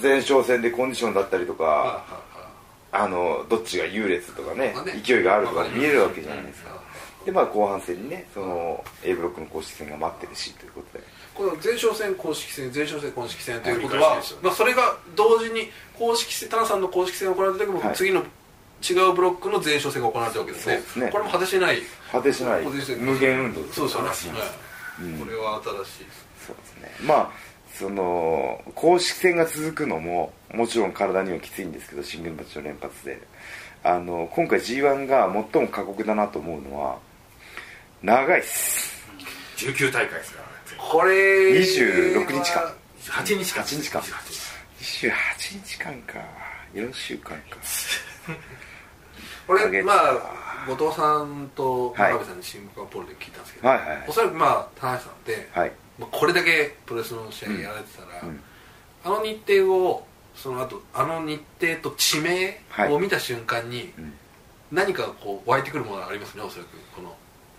[SPEAKER 1] 前哨戦でコンディションだったりと
[SPEAKER 2] は
[SPEAKER 1] か
[SPEAKER 2] い
[SPEAKER 1] あのどっちが優劣とかね
[SPEAKER 2] まあね
[SPEAKER 1] 勢いがあると
[SPEAKER 2] わ
[SPEAKER 1] か
[SPEAKER 2] かります
[SPEAKER 1] 見えるわけじゃないです
[SPEAKER 2] はい
[SPEAKER 1] か
[SPEAKER 2] はい
[SPEAKER 1] でまあ後半戦にねその A ブロックの公式戦が待ってるしということで
[SPEAKER 2] この前哨戦公式戦前哨戦公式戦ということは、まあ、それが同時に公式戦タナさんの公式戦が行われた時も、
[SPEAKER 1] はい
[SPEAKER 2] 次の違うブロックの前哨戦が行われたわけですね
[SPEAKER 1] そうですね
[SPEAKER 2] これも果てしない
[SPEAKER 1] 果てしない
[SPEAKER 2] 果てしない
[SPEAKER 1] 無限運動です
[SPEAKER 2] そうですよね、
[SPEAKER 1] はい
[SPEAKER 2] はいこれは新しいです
[SPEAKER 1] そうですねまあその公式戦が続くのももちろん体にはきついんですけどシングルマッチの連発であの今回 g 1が最も過酷だなと思うのは長いっす
[SPEAKER 5] 19大会ですからね
[SPEAKER 2] これ
[SPEAKER 1] 26日間
[SPEAKER 5] 8日間
[SPEAKER 1] 8日間
[SPEAKER 5] 28
[SPEAKER 1] 28日間か4週間か
[SPEAKER 2] こ
[SPEAKER 1] かげ
[SPEAKER 2] れ
[SPEAKER 1] つ
[SPEAKER 2] まあ後藤さんと
[SPEAKER 1] はい
[SPEAKER 2] 真壁さんにシンガポールで聞いたんですけど、
[SPEAKER 1] はいはいはい
[SPEAKER 2] おそらくまあ田中さんって、
[SPEAKER 1] はい
[SPEAKER 2] まあ、これだけプロレスの試合やられてたら、
[SPEAKER 1] うんうん
[SPEAKER 2] あの日程をその後あの日程と地名
[SPEAKER 1] はい
[SPEAKER 2] を見た瞬間に、
[SPEAKER 1] ん
[SPEAKER 2] 何かこう湧いてくるものがありますねおそらくこの、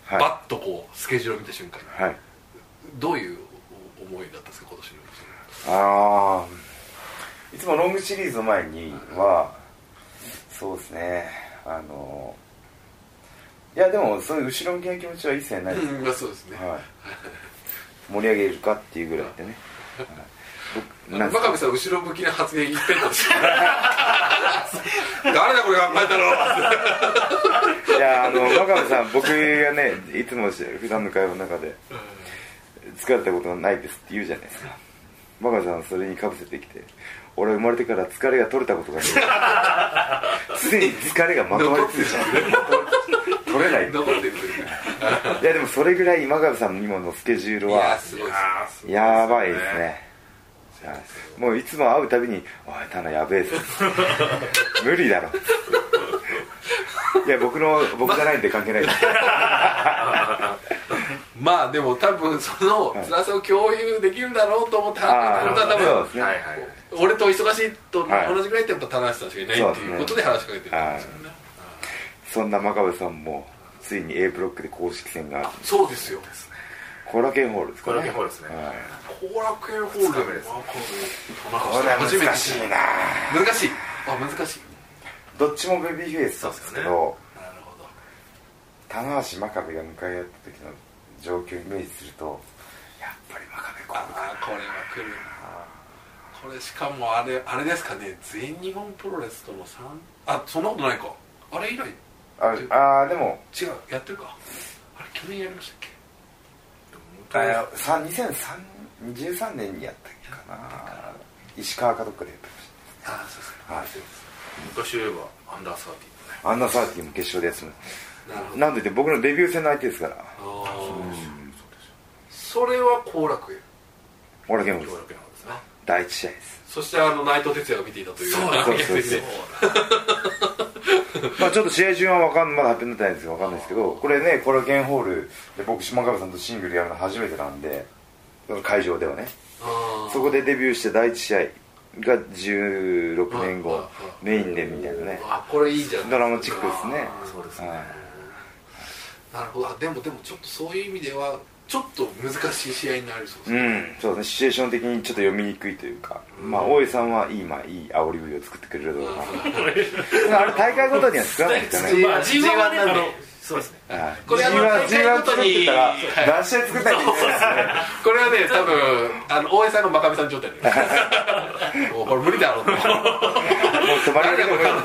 [SPEAKER 1] はい
[SPEAKER 2] バッとこうスケジュールを見た瞬間に
[SPEAKER 1] はい
[SPEAKER 2] どういう思いだったんですか今年の
[SPEAKER 1] ああいつもロングシリーズの前にはそうですねあのいややでもそういう後ろ向きな気持ちは一切ないです、
[SPEAKER 2] うんまあそうですね
[SPEAKER 1] はい、盛り上げるかっていうぐらいでね、はい、
[SPEAKER 2] 真
[SPEAKER 1] 僕なん
[SPEAKER 2] 壁さん後ろ向きな発言一辺倒です (laughs) 誰だこれ考えたの
[SPEAKER 1] いやあの真壁さん僕がねいつもし普段の会話の中で「疲れたことがないです」って言うじゃないですか真壁さんそれにかぶせてきて「俺生まれてから疲れが取れたことがない」常に疲れがまとまりついちゃう取れない
[SPEAKER 2] 残ってるというか
[SPEAKER 1] いやでもそれぐらい真壁さんの今のスケジュール
[SPEAKER 2] いや
[SPEAKER 1] は
[SPEAKER 2] すごいです
[SPEAKER 5] あーすごい
[SPEAKER 1] やばいですねはいもういつも会うたびに「おいタナやべえっす無理だろ」いや僕の僕じゃないんで関係ないです
[SPEAKER 2] まあでも多分その辛さを共有できるんだろうと思って
[SPEAKER 1] あ
[SPEAKER 2] 本
[SPEAKER 1] ー
[SPEAKER 2] 当は多
[SPEAKER 1] そう
[SPEAKER 2] 分
[SPEAKER 1] ですね
[SPEAKER 5] はいはいはい
[SPEAKER 2] 俺と忙しいと
[SPEAKER 1] はい
[SPEAKER 2] 同じぐらいってやっぱ棚橋さんしかいないっていうことで話しかけてるんですよね
[SPEAKER 1] そんな真壁さんもついに A ブロックで公式戦がある
[SPEAKER 2] そうですよ
[SPEAKER 1] 後楽園ホールですかね
[SPEAKER 5] 後楽園ホールですね
[SPEAKER 1] はい
[SPEAKER 2] 後楽園ホールで
[SPEAKER 1] これは
[SPEAKER 2] 初めて
[SPEAKER 1] 難しいな
[SPEAKER 2] 難しいあ難しい
[SPEAKER 1] どっちもベビーフェイスなんですけど
[SPEAKER 2] なるほど
[SPEAKER 1] 棚橋真壁が向かい合った時の状況をイメージするとやっぱり真壁こうか
[SPEAKER 2] あーこれは来るなこれしかもあれあれですかね全日本プロレスとの3あそんなことないかあれ以来
[SPEAKER 1] ああーでも
[SPEAKER 2] 違うやってるかあれ去年やりましたっけ
[SPEAKER 1] あさ2013年にやったっけかな石川かどっかでやって
[SPEAKER 2] ああそうです
[SPEAKER 1] ました、
[SPEAKER 5] 昔言えばアンダーサーティー
[SPEAKER 1] はい、アンダーサーティーも決勝でやつも
[SPEAKER 2] なるほど
[SPEAKER 1] なんといって僕のデビュー戦の相手ですから
[SPEAKER 2] あーそれは後楽園
[SPEAKER 1] 後楽園ホー
[SPEAKER 5] の
[SPEAKER 1] ルで
[SPEAKER 5] 協
[SPEAKER 1] す
[SPEAKER 5] 力なんですね
[SPEAKER 1] 第一試合です
[SPEAKER 2] そしてあの内藤哲也が見ていたという
[SPEAKER 1] そうそうそうまあちょっと試合中はわかんまだ発表になってないんですけどわかんないですけどこれねコラケンホールで僕島川さんとシングルやるの初めてなんでその会場ではね
[SPEAKER 2] あー
[SPEAKER 1] そこでデビューして第一試合が16年
[SPEAKER 2] うんうんうん
[SPEAKER 1] 後メインでみたいなね
[SPEAKER 2] あこれいいじゃん
[SPEAKER 1] ドラマチックですね
[SPEAKER 5] そうですね
[SPEAKER 1] は
[SPEAKER 2] なるほどあでもでもちょっとそういう意味ではちょっと難しい試合になりそうです
[SPEAKER 1] い
[SPEAKER 2] ね、
[SPEAKER 1] うんそうですねシチュエーション的にちょっと読みにくいというかまあ大江さんはいいまあいい煽り部位を作ってくれるだろうなあれ大会ごとには作らないですよね
[SPEAKER 2] まあ G1 はね
[SPEAKER 5] あのそうですね
[SPEAKER 2] これあの
[SPEAKER 1] G1
[SPEAKER 2] 大会ごとに
[SPEAKER 1] G1 作ってたら何試合作ったらいいんです
[SPEAKER 2] これはね多分あの大江さんの真壁さん状態で
[SPEAKER 1] (laughs)
[SPEAKER 2] もうこれ無理だろうと
[SPEAKER 1] もう止まりながら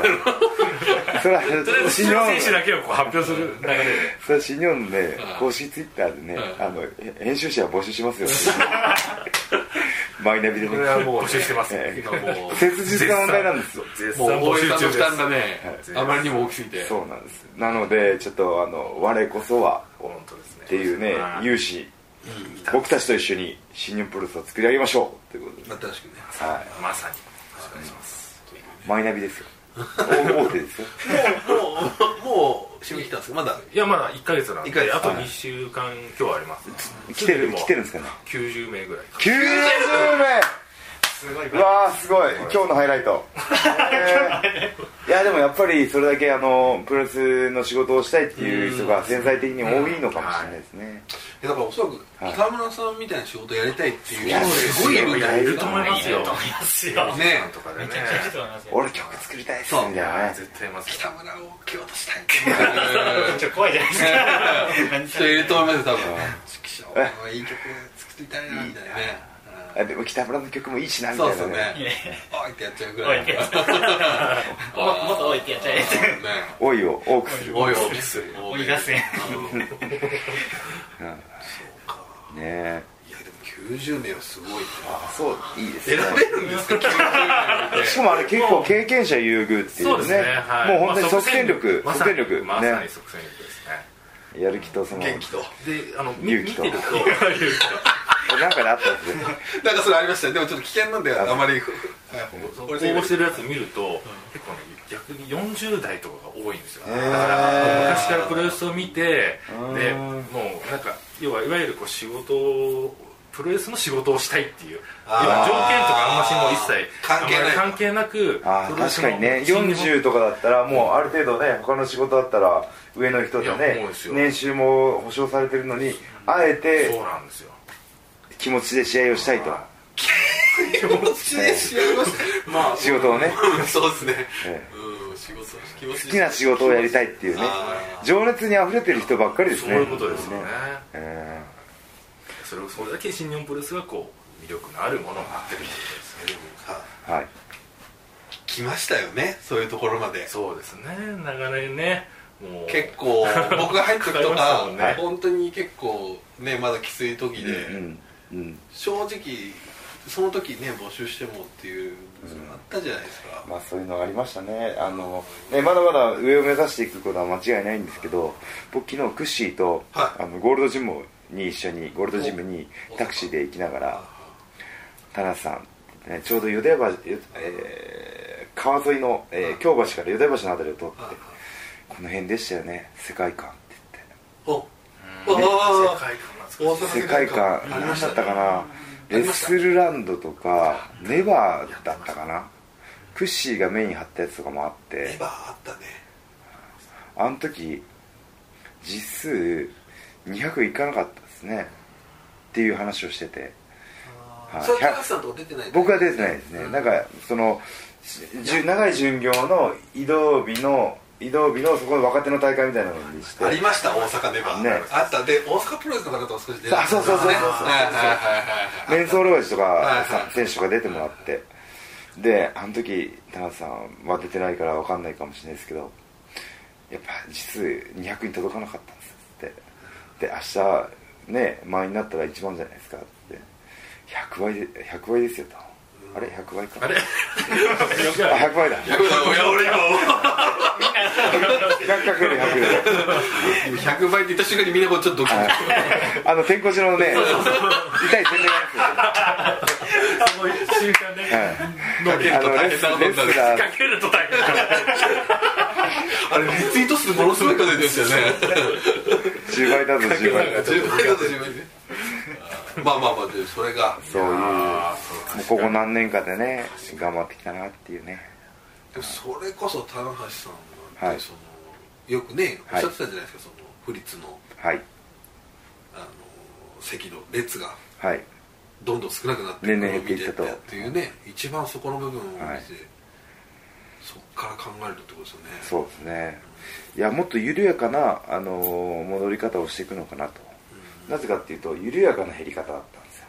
[SPEAKER 1] それは
[SPEAKER 5] とりあえず
[SPEAKER 1] シ
[SPEAKER 5] 出
[SPEAKER 1] ニョ
[SPEAKER 5] 場選手
[SPEAKER 1] ン
[SPEAKER 5] だけをこう発表する流れで
[SPEAKER 1] それはシニョンね公式ツイッターでね
[SPEAKER 2] うん
[SPEAKER 1] あのへ編集者は募集し
[SPEAKER 5] (laughs)
[SPEAKER 1] ますよマイナビで
[SPEAKER 5] こ
[SPEAKER 1] ね
[SPEAKER 5] れはもう募集してますよ
[SPEAKER 1] ええ
[SPEAKER 5] 今もう
[SPEAKER 1] 切実な問題なんですよ
[SPEAKER 5] 絶
[SPEAKER 2] もう
[SPEAKER 5] 賛募
[SPEAKER 2] 大江
[SPEAKER 5] 集
[SPEAKER 2] さんの
[SPEAKER 5] 中
[SPEAKER 2] 負
[SPEAKER 5] です
[SPEAKER 2] 担がね、
[SPEAKER 5] は
[SPEAKER 2] あ
[SPEAKER 5] い
[SPEAKER 2] まりにも大きすぎて
[SPEAKER 1] そうなんですなのでちょっとあの我こそは
[SPEAKER 5] 本当ですね
[SPEAKER 1] っていうね
[SPEAKER 5] はい
[SPEAKER 1] 有志僕たちと一緒に新日本プロレスを作り上げましょうということで
[SPEAKER 2] まあ確かにね
[SPEAKER 1] はい
[SPEAKER 5] まさによろしくお願いします
[SPEAKER 1] マイナビですよ大大手ですよ
[SPEAKER 2] もうもう締め切ったんですかまだ
[SPEAKER 5] いやまだ1ヶ月なん
[SPEAKER 2] 一ヶ
[SPEAKER 5] で
[SPEAKER 2] 月
[SPEAKER 5] あと2週間今日あります
[SPEAKER 1] 来てる来てるんですかね
[SPEAKER 5] 90名ぐらい
[SPEAKER 1] 90名
[SPEAKER 3] すごいう
[SPEAKER 1] わーすごい今日のハイライト、えーいやでもやっぱりそれだけあのプロレスの仕事をしたいっていう人が潜在的に多いのかもしれないですね、
[SPEAKER 2] いやだからおそらく
[SPEAKER 1] はい
[SPEAKER 2] 北村さんみたいな仕事やりたいっていう
[SPEAKER 1] いや
[SPEAKER 2] 人
[SPEAKER 1] すごい
[SPEAKER 2] るんじゃないい
[SPEAKER 1] る
[SPEAKER 2] で
[SPEAKER 1] と
[SPEAKER 2] す
[SPEAKER 5] 思い
[SPEAKER 2] か
[SPEAKER 5] ま
[SPEAKER 3] い
[SPEAKER 5] す
[SPEAKER 3] い
[SPEAKER 5] よ
[SPEAKER 3] と思いますよ
[SPEAKER 2] ね
[SPEAKER 5] なんとかで
[SPEAKER 3] め
[SPEAKER 5] ね
[SPEAKER 3] ちゃくちゃいいと思いますよ
[SPEAKER 1] 俺曲作りたいっす
[SPEAKER 2] そう
[SPEAKER 1] みたいなね
[SPEAKER 5] 絶対います
[SPEAKER 2] 北村を蹴落としたいって
[SPEAKER 3] ちょっと怖いじゃないですか
[SPEAKER 2] いう
[SPEAKER 3] (laughs)
[SPEAKER 2] 人いると思いますよ多分指揮者お前いい曲作りたいなみたいなね
[SPEAKER 1] あでも北村の曲もいいしな
[SPEAKER 2] うん
[SPEAKER 1] み
[SPEAKER 2] そう
[SPEAKER 1] たい
[SPEAKER 2] です
[SPEAKER 1] な
[SPEAKER 2] よね
[SPEAKER 1] ね
[SPEAKER 3] いやい
[SPEAKER 2] おいってやっちゃうぐ
[SPEAKER 3] お
[SPEAKER 2] ら
[SPEAKER 3] い
[SPEAKER 2] い
[SPEAKER 3] ってやっちゃうももっとおいってやっちゃえ
[SPEAKER 2] ね
[SPEAKER 1] 多いを多くするね
[SPEAKER 2] おいおい
[SPEAKER 3] 追い出せ
[SPEAKER 1] え
[SPEAKER 2] いやでも90名はすごい
[SPEAKER 1] あそういいです
[SPEAKER 2] 選
[SPEAKER 1] ね
[SPEAKER 2] べるんですか90名
[SPEAKER 1] しかもあれ結構経験者優遇っていうねもう本当に
[SPEAKER 5] まあ
[SPEAKER 1] 即戦力
[SPEAKER 5] ま
[SPEAKER 1] 即
[SPEAKER 5] さに
[SPEAKER 1] 戦力
[SPEAKER 5] まさに
[SPEAKER 1] ね
[SPEAKER 5] 即戦力です
[SPEAKER 1] やる気とその
[SPEAKER 2] 元気と
[SPEAKER 5] ねであの
[SPEAKER 1] (laughs)
[SPEAKER 5] み
[SPEAKER 1] 勇
[SPEAKER 5] 見
[SPEAKER 1] 気
[SPEAKER 5] て
[SPEAKER 1] と
[SPEAKER 5] ると
[SPEAKER 1] なんかであったんですね
[SPEAKER 2] なんかそれありましたねでもちょっと危険なんであまり
[SPEAKER 5] 応
[SPEAKER 2] 俺
[SPEAKER 5] 募してるやつ見ると結構ね逆に40代とかが多いんですよだか
[SPEAKER 1] へー
[SPEAKER 5] ら昔からプロレスを見て
[SPEAKER 1] うん
[SPEAKER 5] でもうなんか要はいわゆるこう仕事をプロレスの仕事をしたいっていう要
[SPEAKER 2] あー
[SPEAKER 5] は条件とかあんましもう一切
[SPEAKER 2] 関係ない
[SPEAKER 5] あんまり関係なく
[SPEAKER 1] ああ
[SPEAKER 5] プロレス
[SPEAKER 1] 確
[SPEAKER 5] の
[SPEAKER 1] かにね
[SPEAKER 5] 新日本
[SPEAKER 1] 40とかだったらもうある程度ね他の仕事だったら上の人で
[SPEAKER 5] いや思
[SPEAKER 1] ね
[SPEAKER 5] うんですよ
[SPEAKER 1] 年収も保証されてるのにあえ
[SPEAKER 5] そ
[SPEAKER 1] て
[SPEAKER 5] うなんですよ
[SPEAKER 1] 気持ちで試合をしたいと
[SPEAKER 2] 気持ちで仕事
[SPEAKER 1] (laughs)
[SPEAKER 2] まあ
[SPEAKER 1] 仕事をね
[SPEAKER 2] (laughs) そうですね
[SPEAKER 1] え
[SPEAKER 2] うん仕事気持ち
[SPEAKER 1] 好きな仕事をやりたいっていうね
[SPEAKER 2] あ
[SPEAKER 1] 情熱にあふれてる人ばっかりです
[SPEAKER 5] そう
[SPEAKER 1] ね
[SPEAKER 5] いうことですよね
[SPEAKER 1] え
[SPEAKER 5] それそれだけ新日本プロレスがこう魅力のあるものになってるってことですね
[SPEAKER 2] さ
[SPEAKER 1] ーはい
[SPEAKER 2] 来ましたよねそういうところまで
[SPEAKER 5] そうですね長年ねもう
[SPEAKER 2] 結
[SPEAKER 5] (laughs)
[SPEAKER 2] 構僕が入った時と
[SPEAKER 5] かかりました
[SPEAKER 2] か
[SPEAKER 5] もんね
[SPEAKER 2] 本当に結構ねまだきつい時で、
[SPEAKER 1] うんうん
[SPEAKER 2] 正直その時ね募集してもっていうのあったじゃないですか、
[SPEAKER 1] まあそういうのがありましたねあのねまだまだ上を目指していくことは間違いないんですけど僕昨日クッシーと、
[SPEAKER 2] はい
[SPEAKER 1] あのゴールドジムに一緒にゴールドジムにタクシーで行きながら田中さん、ね、ちょうど淀川、えー川沿いの、えー京橋から淀橋の辺りを通ってこの辺でしたよね世界観って言って
[SPEAKER 2] お
[SPEAKER 5] うん
[SPEAKER 2] あー
[SPEAKER 5] 世界観がす
[SPEAKER 2] 大
[SPEAKER 5] ごい
[SPEAKER 2] 阪
[SPEAKER 1] 世界観
[SPEAKER 2] あり
[SPEAKER 1] 何
[SPEAKER 2] まし
[SPEAKER 1] だったたかなレッスルランドとかネバーだったかなクッシーがメイン張ったやつとかもあって
[SPEAKER 2] エヴァあったね
[SPEAKER 1] あの時実数200いかなかったですねっていう話をしててはい
[SPEAKER 2] それ高橋さんとか出てない
[SPEAKER 1] 僕は出
[SPEAKER 2] て
[SPEAKER 1] てないですね、なんかそのしじゅ長い巡業の移動日の移動日のそこの若手の大会みたいなのにして
[SPEAKER 2] ありました大阪ネバー、
[SPEAKER 1] ね
[SPEAKER 2] あったで大阪プロレスの方とも少し出て
[SPEAKER 1] あそうそうそうそう
[SPEAKER 2] はいはいはいは
[SPEAKER 1] メ
[SPEAKER 2] い
[SPEAKER 1] ンソール王子と
[SPEAKER 2] はい
[SPEAKER 1] か
[SPEAKER 2] はい
[SPEAKER 1] さ選手とか出てもらってであの時田中さんは出てないから分かんないかもしれないですけどやっぱ実200に届かなかったんですってで明日ね満員になったら一番じゃないですかって100倍で100倍ですよとあれ100倍かあ
[SPEAKER 5] あれよくない
[SPEAKER 1] 100倍だ
[SPEAKER 5] 俺今
[SPEAKER 1] 100かける100で
[SPEAKER 2] 100倍って言った瞬間にみんなこうちょっとドキッと
[SPEAKER 1] あの天候地のね痛い全然が
[SPEAKER 4] もう習慣ね
[SPEAKER 1] あるんです
[SPEAKER 2] かけ
[SPEAKER 1] よ、はい、あのレス
[SPEAKER 2] ると大変なこと
[SPEAKER 1] レ
[SPEAKER 2] になる
[SPEAKER 1] スラー
[SPEAKER 4] かけると大変
[SPEAKER 2] あれリツイート数ものすごい数出てましたよね
[SPEAKER 1] 10倍だぞ10倍だぞ
[SPEAKER 2] 10倍だと10倍ねまあまあまあでそれが
[SPEAKER 1] そういうもうここ何年かでね頑張ってきたなっていうね
[SPEAKER 2] でもそれこそ棚橋さんなんて、
[SPEAKER 1] はい
[SPEAKER 2] そのよくねおっ
[SPEAKER 1] はい
[SPEAKER 2] しゃってたじゃないですか、その不立の
[SPEAKER 1] はい
[SPEAKER 2] あの席の列が
[SPEAKER 1] はい
[SPEAKER 2] どんどん少なくなって
[SPEAKER 1] 年々減っていったと
[SPEAKER 2] っていうね一番そこの部分を見て、
[SPEAKER 1] はい
[SPEAKER 2] そっから考えるってことですよね
[SPEAKER 1] そうですねいやもっと緩やかな、あのー戻り方をしていくのかなとなぜかっていうと緩やかな減り方だったんですよ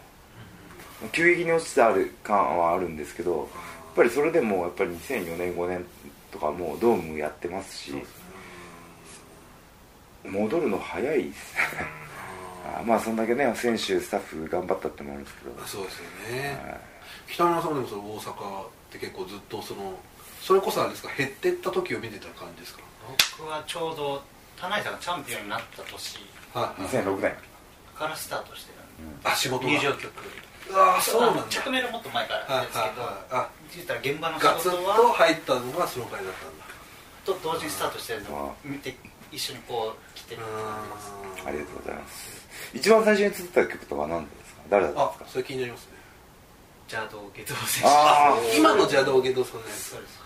[SPEAKER 1] 急激に落ちてある感はあるんですけどやっぱりそれでもやっぱり2004年5年とかもうドームやってますし戻るの早いですね (laughs) あまあそんだけね選手スタッフ頑張ったってもあるんですけど
[SPEAKER 2] あそうですよね、北村さんもでもその大阪って結構ずっとそのそれこそあれですか減ってった時を見てた感じですか
[SPEAKER 3] 僕はちょうど田内さんがチャンピオンになった年
[SPEAKER 2] はい、
[SPEAKER 1] 2006年
[SPEAKER 3] からスタートしてた
[SPEAKER 2] あ仕事が
[SPEAKER 3] 入場曲
[SPEAKER 2] ああそうなんだ
[SPEAKER 3] あの着メロもっと前から
[SPEAKER 2] はい
[SPEAKER 3] ですけど
[SPEAKER 2] はいはいあ
[SPEAKER 3] 言ったら現場の
[SPEAKER 2] ガツ
[SPEAKER 3] 仕
[SPEAKER 2] ン
[SPEAKER 3] 事
[SPEAKER 2] と
[SPEAKER 3] は
[SPEAKER 2] 入ったのがその回だったんだ
[SPEAKER 3] と同時にスタートしてるのを見て一緒にこう来てる
[SPEAKER 1] ありがとうございます一番最初に作った曲とは何ですか誰だったん
[SPEAKER 2] あ
[SPEAKER 1] ですか
[SPEAKER 2] それ気になりますね
[SPEAKER 3] 邪道下道選
[SPEAKER 1] あ
[SPEAKER 3] 手
[SPEAKER 1] ー
[SPEAKER 2] 今の邪道芸道さんのやつ
[SPEAKER 3] そうです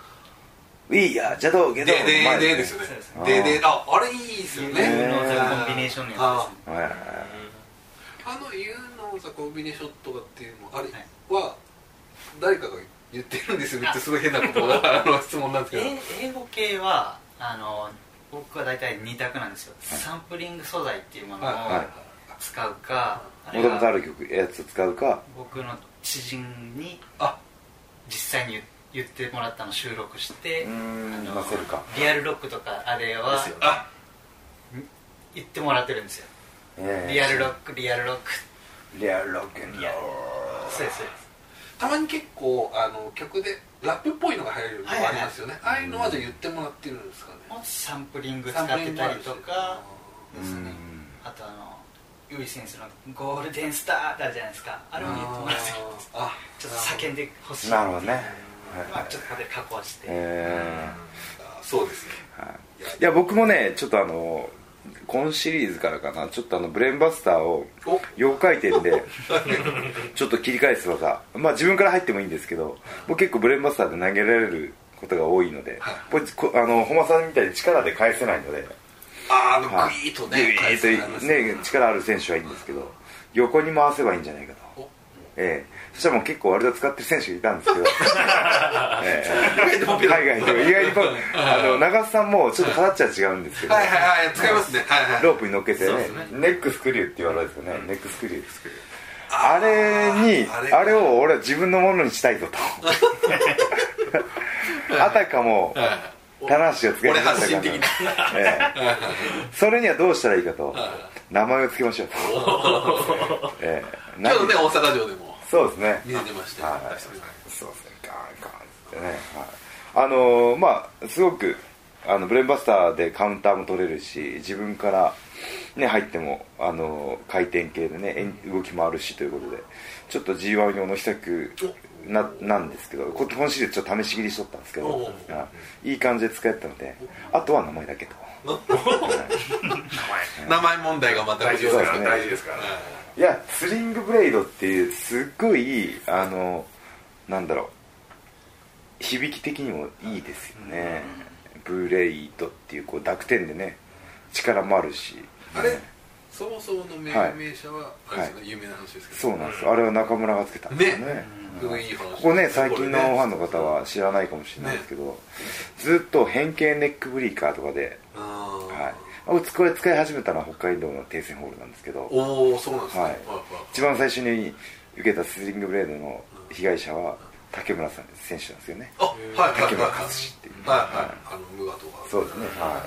[SPEAKER 1] We are 邪道下
[SPEAKER 2] で
[SPEAKER 1] 道
[SPEAKER 2] で
[SPEAKER 1] 前
[SPEAKER 2] でですよね
[SPEAKER 3] そうです
[SPEAKER 1] ね
[SPEAKER 2] ででああれいいですよ
[SPEAKER 3] 有
[SPEAKER 2] ね
[SPEAKER 3] 能ザコンビネーションのやつですね
[SPEAKER 1] はいはいはい
[SPEAKER 2] あの「ユーノーザコンビネーション」とかっていうのあれ
[SPEAKER 3] はい
[SPEAKER 2] は誰かが言ってるんですよねってすごい変なことがあの質問なんですけど
[SPEAKER 3] え英語系はあの僕は大体2択なんですよ、サンプリング素材っていうものを
[SPEAKER 2] はいはい
[SPEAKER 3] 使うか、
[SPEAKER 1] もとも
[SPEAKER 3] あるい
[SPEAKER 1] とあ
[SPEAKER 3] は
[SPEAKER 1] る曲やつを使うか
[SPEAKER 3] 僕の知人に
[SPEAKER 2] あ
[SPEAKER 3] 実際に言ってもらったのを収録して
[SPEAKER 1] うーん
[SPEAKER 3] あの
[SPEAKER 1] 載せるか
[SPEAKER 3] リアルロックとかあれは
[SPEAKER 5] ですよね
[SPEAKER 2] あ
[SPEAKER 3] 言ってもらってるんですよ
[SPEAKER 1] ええ
[SPEAKER 3] リアルロックリアルロック
[SPEAKER 1] リアルロックンロー
[SPEAKER 3] リアルそうですそうです
[SPEAKER 2] たまに結構あの曲でラップっぽいのが入るのもありますよねああいうのはじゃあ言ってもらってるんですかね
[SPEAKER 3] もうサンプリング使ってたりとかです
[SPEAKER 1] うん
[SPEAKER 3] ねあとあのユイ選手の「ゴールデンスター」ってあるじゃないですかあれも言ってもらってるんです
[SPEAKER 2] あ
[SPEAKER 3] ちょっと叫んでほしい
[SPEAKER 1] なるほどね、はい
[SPEAKER 3] まあ、ちょっとここで加工して、
[SPEAKER 1] え
[SPEAKER 2] あそうですね
[SPEAKER 1] えはい、いや僕もねちょっとあの今シリーズからかなちょっとあのブレーンバスターを
[SPEAKER 2] お
[SPEAKER 1] 4回転
[SPEAKER 3] (laughs)
[SPEAKER 1] でちょっと切り返す技まあ自分から入ってもいいんですけど僕結構ブレーンバスターで投げられることが多いのでこれこあの本間さんみたいに力で返せないので
[SPEAKER 2] ああの
[SPEAKER 1] はい
[SPEAKER 2] グイーとね
[SPEAKER 1] グイーッとね力ある選手はいいんですけど横に回せばいいんじゃないかと
[SPEAKER 2] お
[SPEAKER 1] ええそしたらもう結構割と使ってる選手がいたんですけど、ええ
[SPEAKER 2] ポピュラー
[SPEAKER 1] 海外でも意外とあの長須さんもちょっと形は違うんですけど、
[SPEAKER 2] はいはいはい使いますねはいはい
[SPEAKER 1] ロープに乗っけてね
[SPEAKER 5] そうですね
[SPEAKER 1] ネックスクリューって言われるんですよね、ネックスクリューあれに
[SPEAKER 2] あ
[SPEAKER 1] あ
[SPEAKER 2] れ
[SPEAKER 1] れ
[SPEAKER 2] か
[SPEAKER 1] を俺は自分のものにしたいぞとあたかも棚橋をつけ
[SPEAKER 2] 俺
[SPEAKER 1] て
[SPEAKER 2] 発信的な
[SPEAKER 1] ええ (laughs) それにはどうしたらいいかと名前をつけましょうと、 (laughs) ええ
[SPEAKER 2] 今日のね大阪城でも
[SPEAKER 1] そうですね
[SPEAKER 2] 見れてましたよ
[SPEAKER 1] はい
[SPEAKER 2] 確かに
[SPEAKER 1] そうですねガーンガーンってね、はい、あのーまあすごくあのブレーンバスターでカウンターも取れるし自分から、ね、入っても、あのー回転系でね円動きもあるしということでちょっと g 1用の秘策ななんですけどこ今シリーズちょっと試し切りしとったんですけど
[SPEAKER 2] おうおう
[SPEAKER 1] はいいい感じで使えたのであとは名前だけと。
[SPEAKER 2] 名前問題がまた
[SPEAKER 5] 大事です
[SPEAKER 1] そ
[SPEAKER 5] か
[SPEAKER 1] うです
[SPEAKER 5] ら
[SPEAKER 1] ね
[SPEAKER 5] 大事ですから
[SPEAKER 1] いやツリングブレイドっていうすっごいいいあのなんだろう響き的にもいいですよね、ブレイドっていうこう濁点でね力もあるし
[SPEAKER 2] あれそもそもの命
[SPEAKER 1] はい
[SPEAKER 2] 名者はあれですよね有名な話ですけど
[SPEAKER 1] そうなんですよあれは中村がつけたんですよね
[SPEAKER 2] ねすごいいい話
[SPEAKER 1] ここね最近のファンの方は知らないかもしれないですけど、ずっと変形ネックブリーカーとかで、は、
[SPEAKER 2] はい
[SPEAKER 1] あこれ使い始めたのは北海道の停戦ホールなんですけど
[SPEAKER 2] おおそうなんですね
[SPEAKER 1] は
[SPEAKER 2] はいいはい
[SPEAKER 1] 一番最初に受けたスリングブレードの被害者は竹村さん選手なんですよね
[SPEAKER 2] あ、はいはいはい
[SPEAKER 1] 竹村勝志っていう
[SPEAKER 2] はいはいあの無我とか
[SPEAKER 1] そうですねは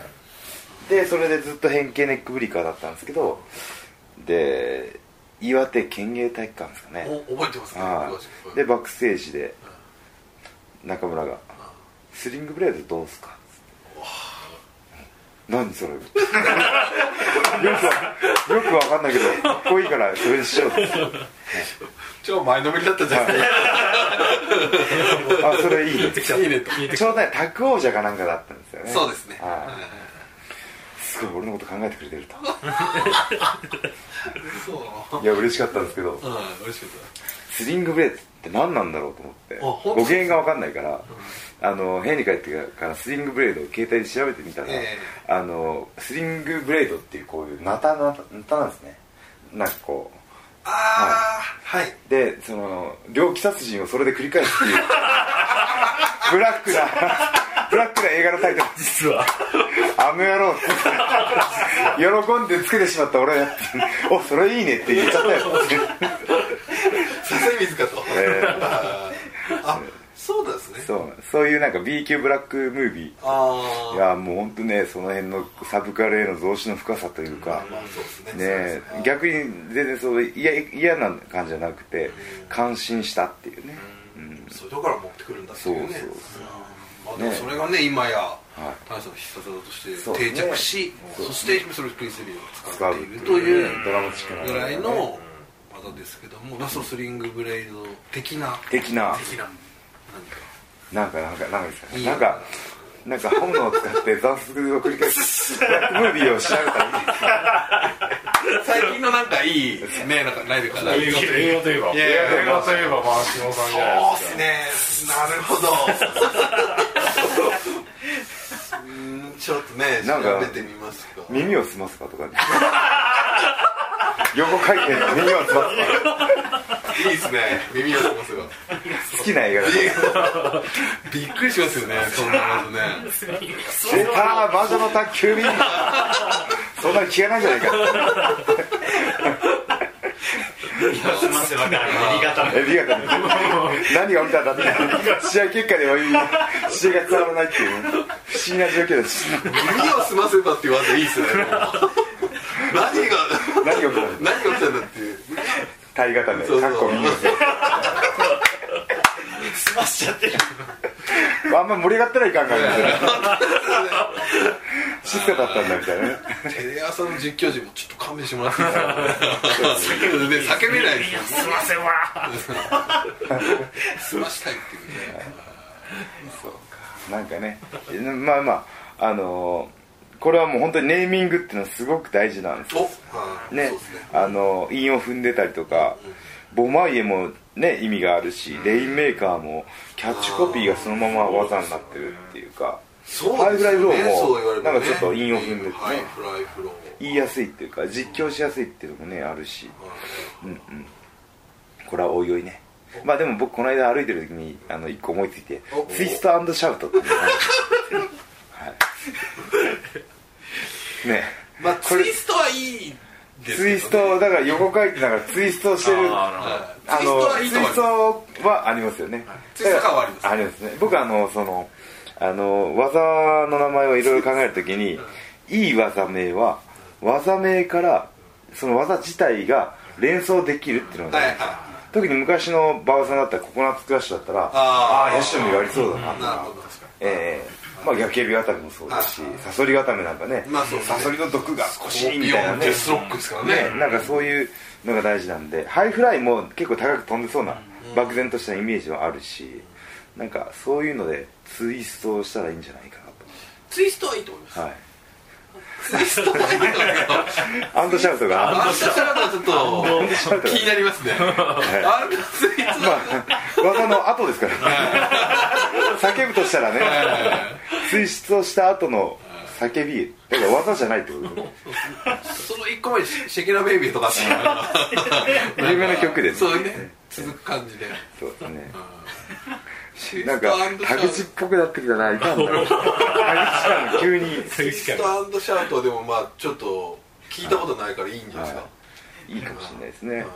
[SPEAKER 1] いでそれでずっと変形ネックブリカーだったんですけどで岩手県芸体育館ですかね
[SPEAKER 2] お覚えてますね
[SPEAKER 1] は
[SPEAKER 2] 昔
[SPEAKER 1] いでバックステージで中村が「スリングブレードどうすか?」何それよくよくわかんないけどかっこいいからそれにしようって
[SPEAKER 2] 超前のめりだったじゃ (laughs) ないです
[SPEAKER 1] あそれいいね
[SPEAKER 2] かいいねと
[SPEAKER 1] ちょうどね、卓王者かなんかだったんですよね。
[SPEAKER 2] そうですね
[SPEAKER 1] は
[SPEAKER 2] はい
[SPEAKER 1] い。すごい、俺のこと考えてくれてる
[SPEAKER 2] (laughs)
[SPEAKER 1] と。
[SPEAKER 2] そう
[SPEAKER 1] いや、嬉しかったんですけど、
[SPEAKER 2] うん嬉しかった
[SPEAKER 1] スリングブレードって何なんだろうと
[SPEAKER 2] あ
[SPEAKER 1] 思っ
[SPEAKER 2] 本
[SPEAKER 1] て、
[SPEAKER 2] 当
[SPEAKER 1] 語源がわかんないから、あの、部屋に帰ってからスリングブレードを携帯で調べてみたら
[SPEAKER 2] え、
[SPEAKER 1] あの、スリングブレードっていうこういうナタナタ、ナタなんですね。なんかこう。
[SPEAKER 2] ああはい
[SPEAKER 1] でその猟奇殺人をそれで繰り返すっていう
[SPEAKER 2] (laughs)
[SPEAKER 1] ブラックなブラックな映画のタイトル実
[SPEAKER 4] は
[SPEAKER 1] あの野郎喜んでつけてしまった俺はおそれいいねって言っちゃったよ、
[SPEAKER 2] 笹井水かと
[SPEAKER 1] え
[SPEAKER 2] (laughs) あそうなんですね
[SPEAKER 1] ーそうそういうなんか B 級ブラックムービ
[SPEAKER 2] あ
[SPEAKER 1] ーい
[SPEAKER 2] あ
[SPEAKER 1] やもう本当ねその辺のサブカルへの増資の深さというか、
[SPEAKER 2] まあそうです
[SPEAKER 1] ね
[SPEAKER 2] ねそうですね
[SPEAKER 1] 逆に全然そう嫌嫌な感じじゃなくて感心したっていうね、
[SPEAKER 2] それだから持ってくるんだっていうね
[SPEAKER 1] そうそう
[SPEAKER 2] うんまあでもそれがね今や
[SPEAKER 1] い
[SPEAKER 2] 大将の必殺技と
[SPEAKER 1] そう
[SPEAKER 2] し
[SPEAKER 1] ね
[SPEAKER 2] て定着しそしてそれをクリス・ビルを使
[SPEAKER 1] 使
[SPEAKER 2] っ
[SPEAKER 1] う
[SPEAKER 2] ているという
[SPEAKER 1] ドラマチックな
[SPEAKER 2] ぐらいの技ですけどもラストスリングブレイド的な
[SPEAKER 1] 的な
[SPEAKER 2] 的な何か
[SPEAKER 1] なんかなんかなんかですか
[SPEAKER 2] い
[SPEAKER 1] ね
[SPEAKER 2] いよ
[SPEAKER 1] なんかなんか本能を使って残酷を繰り返すブラックムービーを調べたらいい
[SPEAKER 2] 最近のなんかいいねなんか (laughs) ないでかな
[SPEAKER 4] 映画と映画といえば
[SPEAKER 2] いやいや
[SPEAKER 4] 映画といえばまあ下野さんじゃない
[SPEAKER 2] そう
[SPEAKER 4] ですか
[SPEAKER 2] っすねなるほど (laughs) うんちょっとね
[SPEAKER 1] なんか
[SPEAKER 2] 調べてみますけど
[SPEAKER 1] 耳を澄ますかとかね横回転の耳を澄ます
[SPEAKER 2] いいですね耳を澄ますよ
[SPEAKER 1] か好きな映画だと
[SPEAKER 2] びっくりしま
[SPEAKER 4] (laughs)
[SPEAKER 2] すよねそんなのね
[SPEAKER 1] 出た魔女の宅急便そんなの聞かないんじゃないか
[SPEAKER 3] すみませんわかる言い方の
[SPEAKER 1] エビが何が起きたんだって試合結果では試合が伝わらないっていう不思議な状況です
[SPEAKER 2] 耳を澄ませばっていうワードいいですね
[SPEAKER 4] (laughs)
[SPEAKER 2] もう何が
[SPEAKER 1] 何が起きたんだ
[SPEAKER 2] 何が起きたんだっていう
[SPEAKER 1] 体型で
[SPEAKER 2] そう
[SPEAKER 1] かっ
[SPEAKER 2] そ
[SPEAKER 1] こ
[SPEAKER 2] う
[SPEAKER 1] 耳を
[SPEAKER 3] 済ましちゃってる
[SPEAKER 1] あんま盛り上がってない感があるんですよね静かだったんだみたいなね
[SPEAKER 2] テレ朝の実況陣もちょっと勘弁してもらっていい
[SPEAKER 4] (laughs)
[SPEAKER 2] ですか叫べ叫べないですよ
[SPEAKER 4] すいませんわ
[SPEAKER 2] (laughs) 澄ましたいっていうね
[SPEAKER 1] なんかねまあまああのーこれはもう本当にネーミングっていうのはすごく大事なんです
[SPEAKER 2] お
[SPEAKER 1] よ
[SPEAKER 2] あー
[SPEAKER 1] ね
[SPEAKER 2] そうですね
[SPEAKER 1] あの韻を踏んでたりとか、ボマイエもね意味があるし、レインメーカーもキャッチコピーがそのまま技になってるっていうか
[SPEAKER 2] そうですよねそう言わ
[SPEAKER 1] ハイフライローも
[SPEAKER 2] れる
[SPEAKER 1] なんかちょっと韻を踏んでてね
[SPEAKER 2] ハイフライフロー
[SPEAKER 1] 言いやすいっていうか実況しやすいっていうのもねあるし、うんうんこれはおいおいねまあでも僕この間歩いてる時にあの一個思いついて
[SPEAKER 2] お
[SPEAKER 1] ツイストシャウトっていうのがあるんですよはいね
[SPEAKER 2] まあ
[SPEAKER 1] こ
[SPEAKER 2] ツ
[SPEAKER 1] れ
[SPEAKER 2] イストはいいです
[SPEAKER 1] ツイストだから横書いてだからツイストしてる
[SPEAKER 5] あーなるほど
[SPEAKER 1] あ
[SPEAKER 2] ツイスト
[SPEAKER 1] のツ
[SPEAKER 2] はいいと思います
[SPEAKER 1] イストはありますよね、
[SPEAKER 2] ツイスト感はあります
[SPEAKER 1] ありますね僕あのそのあの技の名前をいろいろ考えるときにいい技名は技名からその技自体が連想できるっていうのが
[SPEAKER 2] はい
[SPEAKER 1] 大
[SPEAKER 2] はい
[SPEAKER 1] 事、特に昔の馬場さんだったらココナッツクラッシュだったらああヤシの実やりそうだなと
[SPEAKER 2] なる
[SPEAKER 1] か
[SPEAKER 2] ほど確か
[SPEAKER 1] ええまあ逆指固めもそうですし、サソリ固めなんかね,、
[SPEAKER 2] まあそうですね
[SPEAKER 1] サソリの毒が少し
[SPEAKER 2] に
[SPEAKER 1] みたいなね
[SPEAKER 2] デスロックですからね
[SPEAKER 1] ね、なんかそういうのが大事なんでハイフライも結構高く飛んでそうな漠然としたイメージはあるしなんかそういうのでツイストをしたらいいんじゃないかな
[SPEAKER 2] ツイストはいいと思いま
[SPEAKER 1] (laughs)
[SPEAKER 2] す
[SPEAKER 1] とはい
[SPEAKER 2] ツイストはいいと思います
[SPEAKER 1] アンドシャウト
[SPEAKER 2] アン
[SPEAKER 1] が
[SPEAKER 2] ダーシャラダはちょっと気になりますねアンダーツイス
[SPEAKER 1] (laughs)
[SPEAKER 2] ト
[SPEAKER 1] 技の後ですから叫ぶとしたらねツイストした後の叫びだから技じゃないってことです
[SPEAKER 2] (laughs)
[SPEAKER 1] ね
[SPEAKER 2] その一個前にシェケラベイビーとかっていうのが
[SPEAKER 1] 有名な曲でね
[SPEAKER 2] そうね続く感じで
[SPEAKER 1] そうですね
[SPEAKER 2] ツイ
[SPEAKER 1] なん
[SPEAKER 2] ス
[SPEAKER 1] か
[SPEAKER 2] トアンドシ
[SPEAKER 1] 田
[SPEAKER 2] ャウ
[SPEAKER 1] 口っぽくなってきたないかんだろう田口さん急に
[SPEAKER 2] トツイストアンドシャウトでもまあちょっと聞いたことないからいいんじゃないですか
[SPEAKER 1] いいかもしれないですね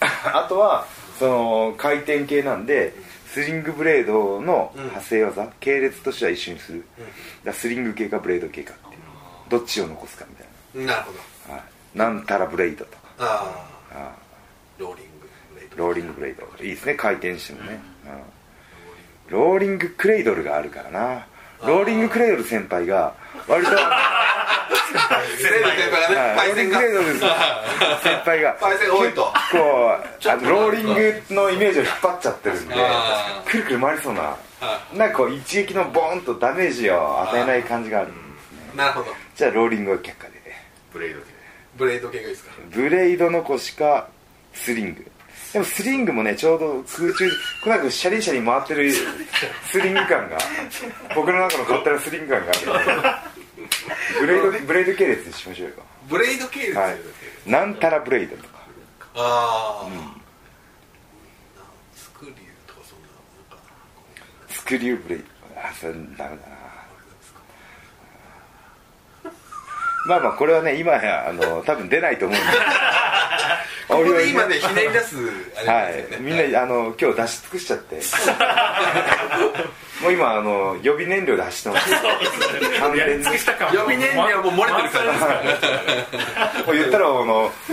[SPEAKER 1] あとはその回転系なんでスリングブレードの派生技、系列としては一緒にする、だからスリング系かブレード系かっていうどっちを残すかみたい
[SPEAKER 2] なるほど
[SPEAKER 1] な、はい、なんたらブレードとか
[SPEAKER 2] ああ
[SPEAKER 1] あ
[SPEAKER 2] ローリングレイト (laughs)
[SPEAKER 1] ローリングブレードいいですね回転してもね、うんローリングクレイドルがあるからなローリングクレイドル先輩が割とはいローリ
[SPEAKER 2] レイト先輩がねパイセ
[SPEAKER 1] ン
[SPEAKER 2] ン
[SPEAKER 1] グ
[SPEAKER 2] が
[SPEAKER 1] クレイドル
[SPEAKER 2] (laughs)
[SPEAKER 1] 先輩が
[SPEAKER 2] パイセン多いと
[SPEAKER 1] こうあのローリングのイメージを引っ張っちゃってるんで
[SPEAKER 2] あ
[SPEAKER 1] くるくる回りそうななんかこう一撃のボーンとダメージを与えない感じがあるんですね
[SPEAKER 2] なるほど
[SPEAKER 1] じゃあローリングは却下で
[SPEAKER 5] ブレイド系
[SPEAKER 2] ブレード系がいいですか
[SPEAKER 1] ブレイド残しかスリングでもスリングもねちょうど空中こうなんかシャリシャリ回って
[SPEAKER 2] (laughs)
[SPEAKER 1] るスリング感が僕の中の勝手なスリング感があ
[SPEAKER 2] (laughs)
[SPEAKER 1] るんでブレイドブレイド系列にしましょうよ
[SPEAKER 2] ブレード系ですよ
[SPEAKER 1] はいなんたらブレイドとか
[SPEAKER 2] ああスクリューとかそんななんか
[SPEAKER 1] スクリューブレイドあそれダメだなまあまあこれはね今やあの多分出ないと思うんで
[SPEAKER 2] ここで今ねひねり出すあ
[SPEAKER 1] は
[SPEAKER 2] れですよ (laughs)
[SPEAKER 1] い、
[SPEAKER 2] ね
[SPEAKER 1] みんなあの今日出し尽くしちゃってもう今あの予備燃料で走ってます完
[SPEAKER 4] や
[SPEAKER 1] 全
[SPEAKER 4] り
[SPEAKER 1] に
[SPEAKER 4] 尽くしたか
[SPEAKER 2] 予備年齢はもう漏れてるから
[SPEAKER 1] もう言ったらあの (laughs)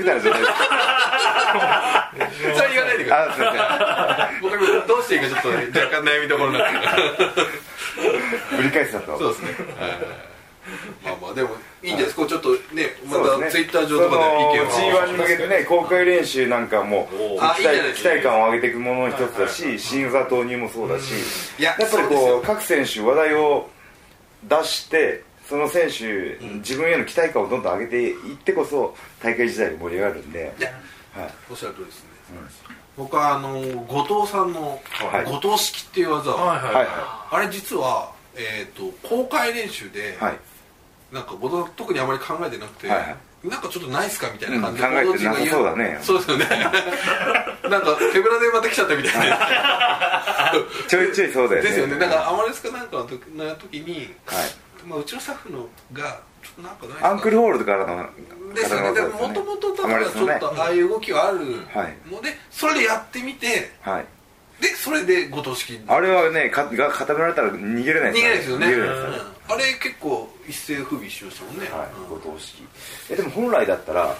[SPEAKER 1] みたいな状態です
[SPEAKER 2] それは言わないでください
[SPEAKER 1] あすいま
[SPEAKER 2] 僕もどうしていいかちょっとね若干悩みどころなんですけど
[SPEAKER 1] せんぶり返すだ
[SPEAKER 2] (laughs)
[SPEAKER 1] と
[SPEAKER 2] そうですねはいまあまあでもいいんじゃないですかこうちょっとねま
[SPEAKER 1] そう
[SPEAKER 2] た
[SPEAKER 1] です
[SPEAKER 2] ツイ
[SPEAKER 1] ね
[SPEAKER 2] ッター上とかで意見を
[SPEAKER 1] その G1 に向けてね公開練習なんかも
[SPEAKER 5] お
[SPEAKER 1] 期
[SPEAKER 2] ーあいいじゃない
[SPEAKER 1] 待
[SPEAKER 2] で
[SPEAKER 1] 期
[SPEAKER 2] すか
[SPEAKER 1] 待感を上げていくものの一つだし新技投入もそうだし
[SPEAKER 2] いや
[SPEAKER 1] やっぱり
[SPEAKER 2] そうです
[SPEAKER 1] こ
[SPEAKER 2] よ
[SPEAKER 1] う各選手話題を出してその選手自分への期待感をどんどん上げていってこそ大会自体が盛り上がるんで
[SPEAKER 2] いや
[SPEAKER 1] はい
[SPEAKER 2] おっしゃる通りですね僕はあの後藤さんの
[SPEAKER 1] はい
[SPEAKER 2] 後藤式っていう技を
[SPEAKER 5] はい
[SPEAKER 1] は
[SPEAKER 5] はいい
[SPEAKER 1] は
[SPEAKER 2] あれ実はえーと公開練習で
[SPEAKER 1] いはい
[SPEAKER 2] なんか後藤特にあまり考えてなくて
[SPEAKER 1] はいは
[SPEAKER 2] なんかちょっとないっすかみたいな感じ
[SPEAKER 1] うん考えてなさそうだね (laughs)
[SPEAKER 2] 後藤陣が言うそうですよねなんか手ぶらでまた来ちゃったみたいな
[SPEAKER 1] ちょいちょいそうだよね
[SPEAKER 2] ですよねなんかアマレスかなんかの時の時に、
[SPEAKER 1] はい
[SPEAKER 2] まあ、うちのスタッフのがちょっとなんかないですか
[SPEAKER 1] アンクルホールドからの
[SPEAKER 2] ですよねでももともと多分ちょっとああいう動きはあるので、
[SPEAKER 1] はい
[SPEAKER 2] それでやってみて
[SPEAKER 1] はい
[SPEAKER 2] でそれでご当式
[SPEAKER 1] あれはねかが固められたら逃げれない
[SPEAKER 2] 逃げないですよね
[SPEAKER 1] 逃げ
[SPEAKER 2] う
[SPEAKER 1] れ
[SPEAKER 2] ん
[SPEAKER 1] ないですよね
[SPEAKER 2] あれ結構一世風靡しましたもんね、
[SPEAKER 1] はい
[SPEAKER 2] うん
[SPEAKER 1] 五島式えでも本来だったら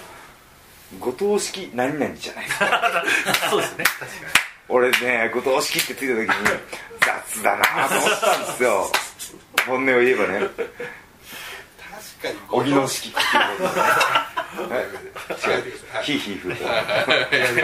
[SPEAKER 1] 五島式何々じゃないですか
[SPEAKER 5] (laughs) そうですね
[SPEAKER 1] 俺ね五島式ってついた時に (laughs) 雑だなと思ったんですよ本音を言えばね
[SPEAKER 2] 確かに
[SPEAKER 1] 荻野式っていうこと
[SPEAKER 2] 式違うですはい
[SPEAKER 1] ヒーヒーフー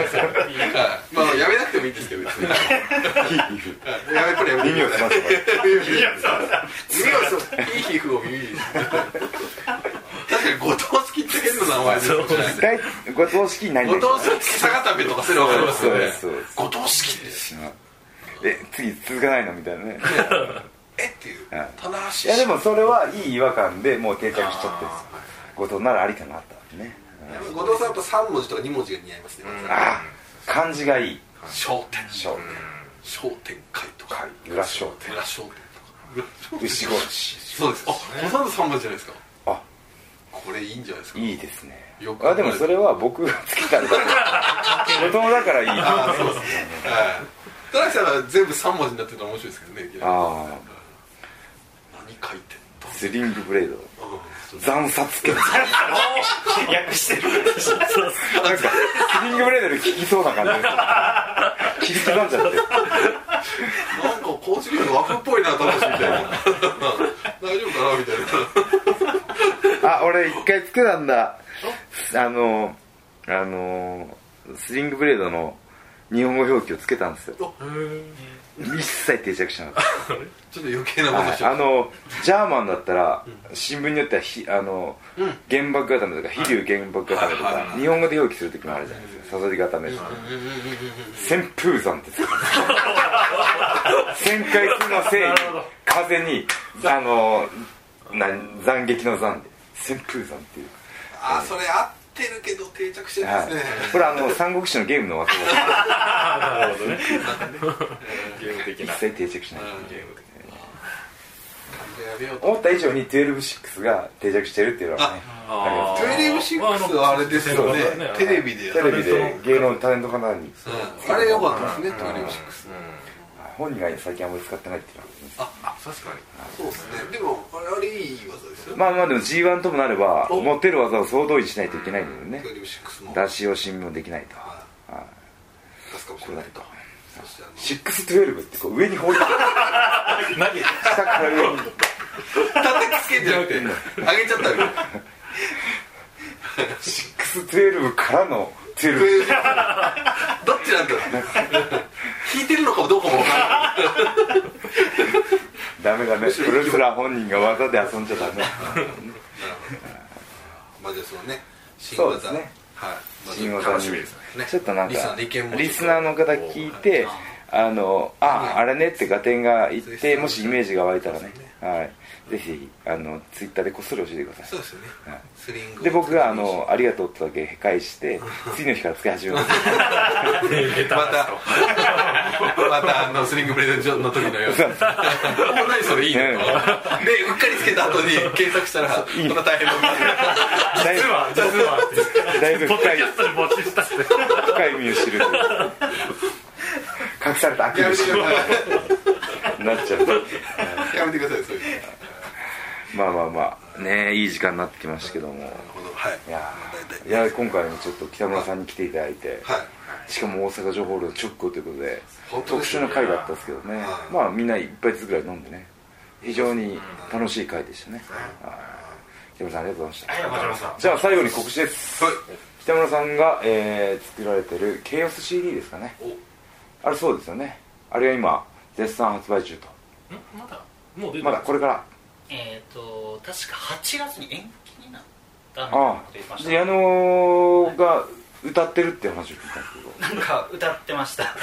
[SPEAKER 2] まあやめなくてもいいんですけど別にや
[SPEAKER 1] ヒーヒーフー
[SPEAKER 2] めこれやめ
[SPEAKER 1] 耳を
[SPEAKER 2] て
[SPEAKER 1] 澄ませば
[SPEAKER 2] 耳を澄ませいい皮膚を耳に確かに後藤式って変な名前ですよね
[SPEAKER 1] 大五島式何々
[SPEAKER 2] 後藤式坂田部とかそれ分かりますよ
[SPEAKER 1] そう
[SPEAKER 2] ね
[SPEAKER 1] ですそうです
[SPEAKER 2] 後藤式って
[SPEAKER 1] え次続かないのみたい
[SPEAKER 5] (laughs)
[SPEAKER 1] なね
[SPEAKER 2] えっていう
[SPEAKER 1] はい
[SPEAKER 2] 棚
[SPEAKER 1] い
[SPEAKER 2] 橋
[SPEAKER 1] やでもそれはいい違和感でもう定着しちゃってるんですよ後藤ならありかなとね、うん
[SPEAKER 2] 後藤さんやっぱ3文字とか2文字が似合いますね、
[SPEAKER 1] ああ感じがいい
[SPEAKER 2] 商店
[SPEAKER 1] 商
[SPEAKER 2] 商店会とか
[SPEAKER 1] 店裏商店
[SPEAKER 2] 村商店とか
[SPEAKER 1] 牛腰
[SPEAKER 2] そうですあ小さんと3文字じゃないですか
[SPEAKER 1] あ
[SPEAKER 2] これいいんじゃないですか
[SPEAKER 1] いいですね
[SPEAKER 2] よく
[SPEAKER 1] あでもそれは僕がつけたんだ (laughs) 子供だからいいあ
[SPEAKER 2] はい田中さんは全部3文字になってたら面白いですけどねいきなり
[SPEAKER 1] あ
[SPEAKER 2] 何書いてんだ
[SPEAKER 1] スリングブレード残殺剣
[SPEAKER 3] 訳してる
[SPEAKER 1] なんかスリングブレードで効きそうな感じです切り刻んじゃって
[SPEAKER 2] なんか高知県の和風っぽいな (laughs) 楽しみたいな大丈夫かなみたいな
[SPEAKER 1] あ俺一回作ったんだあのあのスリングブレードの日本語表記をつけたんですよ一切定着しなかっ
[SPEAKER 2] ちょっと余計な
[SPEAKER 1] た、
[SPEAKER 2] ことしちゃ
[SPEAKER 1] あ
[SPEAKER 2] う
[SPEAKER 1] のジャーマンだったら新聞によってはひあの、原爆固めとか飛龍原爆固めと
[SPEAKER 2] はいはい
[SPEAKER 1] か
[SPEAKER 2] はい
[SPEAKER 1] 日本語で表記する時もあるじゃないですかサソリ固めとか旋風山ってつく旋回するのせいに風にあのなん斬撃の残で旋風山っていう
[SPEAKER 2] あそれ合ってるけど定着してな
[SPEAKER 1] はい
[SPEAKER 2] ですね
[SPEAKER 1] い、これあの三国志のゲームの枠で
[SPEAKER 2] (laughs)
[SPEAKER 4] なるほどねゲーム的
[SPEAKER 1] 一
[SPEAKER 4] な
[SPEAKER 1] 切定着しない
[SPEAKER 2] うん
[SPEAKER 4] ゲーム的な
[SPEAKER 2] やめようと
[SPEAKER 1] 思った以上に12-6が定着してるっていうのはね
[SPEAKER 4] あ
[SPEAKER 2] トゥエリブシックスはあれですよねテレビでや
[SPEAKER 1] テレ
[SPEAKER 2] る
[SPEAKER 1] ビで芸能タレントかなに
[SPEAKER 2] うんあれ良かったですねトゥエリブシックス
[SPEAKER 1] 本人が最近あんまり使ってないっていうのは
[SPEAKER 5] あ確かに
[SPEAKER 2] そうですねでもあれいい技ですよね
[SPEAKER 1] まあまあでも G1 ともなれば
[SPEAKER 2] お
[SPEAKER 1] 持ってる技を総動員しないといけないのでね
[SPEAKER 2] トゥエリブシックスも
[SPEAKER 1] 出し惜しみもできないと
[SPEAKER 2] 出すかもしれないとそしてあの
[SPEAKER 1] 6-12ってこう上に放り投げ下から上に
[SPEAKER 2] 叩きつけんじゃなくて上げちゃったよ
[SPEAKER 1] 6-12からの12 (laughs)
[SPEAKER 2] どっちなんだろう引いてるのかどうかも分かんない
[SPEAKER 1] ダメダメプロレスラー本人が技で遊んじゃダメ
[SPEAKER 2] まあじゃあそのね新
[SPEAKER 1] そう
[SPEAKER 2] 技
[SPEAKER 1] ですね
[SPEAKER 2] はいまあ
[SPEAKER 1] 新技に
[SPEAKER 2] 楽しみですね
[SPEAKER 1] ちょっとなんか
[SPEAKER 2] リスナーの意見も
[SPEAKER 1] リスナーの方聞いてあのああれねってガテンが言ってもしイメージが湧いたらねはいぜひあのツイッターでこっそり教えてくださ
[SPEAKER 2] そう
[SPEAKER 1] い
[SPEAKER 2] ですよね
[SPEAKER 1] はい
[SPEAKER 2] スリング
[SPEAKER 1] で僕があの「ありがとう」ってだけ返して次の日から使い始めます
[SPEAKER 2] またまたあのスリングプレゼントの時のようにもう何それいいの
[SPEAKER 1] うん
[SPEAKER 2] でうっかりつけた後に検索したらまた大変な
[SPEAKER 1] だいぶ
[SPEAKER 4] 実は実は
[SPEAKER 1] だいぶ
[SPEAKER 4] ポッド
[SPEAKER 1] 深い
[SPEAKER 4] キャストで募集したって
[SPEAKER 1] 深い意味を知る隠された悪
[SPEAKER 2] やめ
[SPEAKER 1] 夢
[SPEAKER 2] てくだ
[SPEAKER 1] になっちゃう
[SPEAKER 2] さいやめてくださいそういうなる
[SPEAKER 1] まあまあまあねいい時間になってきましたけども
[SPEAKER 2] ほどはい
[SPEAKER 1] いやーいや今回もちょっと北村さんに来ていただいて
[SPEAKER 2] はい
[SPEAKER 1] しかも大阪城ホールの直後ということで
[SPEAKER 2] 本当
[SPEAKER 1] 特
[SPEAKER 2] です
[SPEAKER 1] 殊
[SPEAKER 2] よ
[SPEAKER 1] な回だったんですけどね
[SPEAKER 2] はい
[SPEAKER 1] まあみんな一杯ずつぐらい飲んでね非常に楽しい回でしたねはい北村さんありがとうございました
[SPEAKER 5] ありがとうございま
[SPEAKER 1] じゃあ最後に告知です北村さんが、えー作られてるケイオス CD ですかねあれそうですよねあれが今絶賛発売中と
[SPEAKER 5] んまだもう出て
[SPEAKER 1] まだこれから
[SPEAKER 3] えっと確か8月に延期になったみたいな
[SPEAKER 1] あ
[SPEAKER 3] こと言ってま
[SPEAKER 1] あ
[SPEAKER 3] し
[SPEAKER 1] で矢
[SPEAKER 3] た
[SPEAKER 1] 野が歌ってるっていう話を聞いたんですけど
[SPEAKER 3] なんか歌ってました
[SPEAKER 2] 歌っ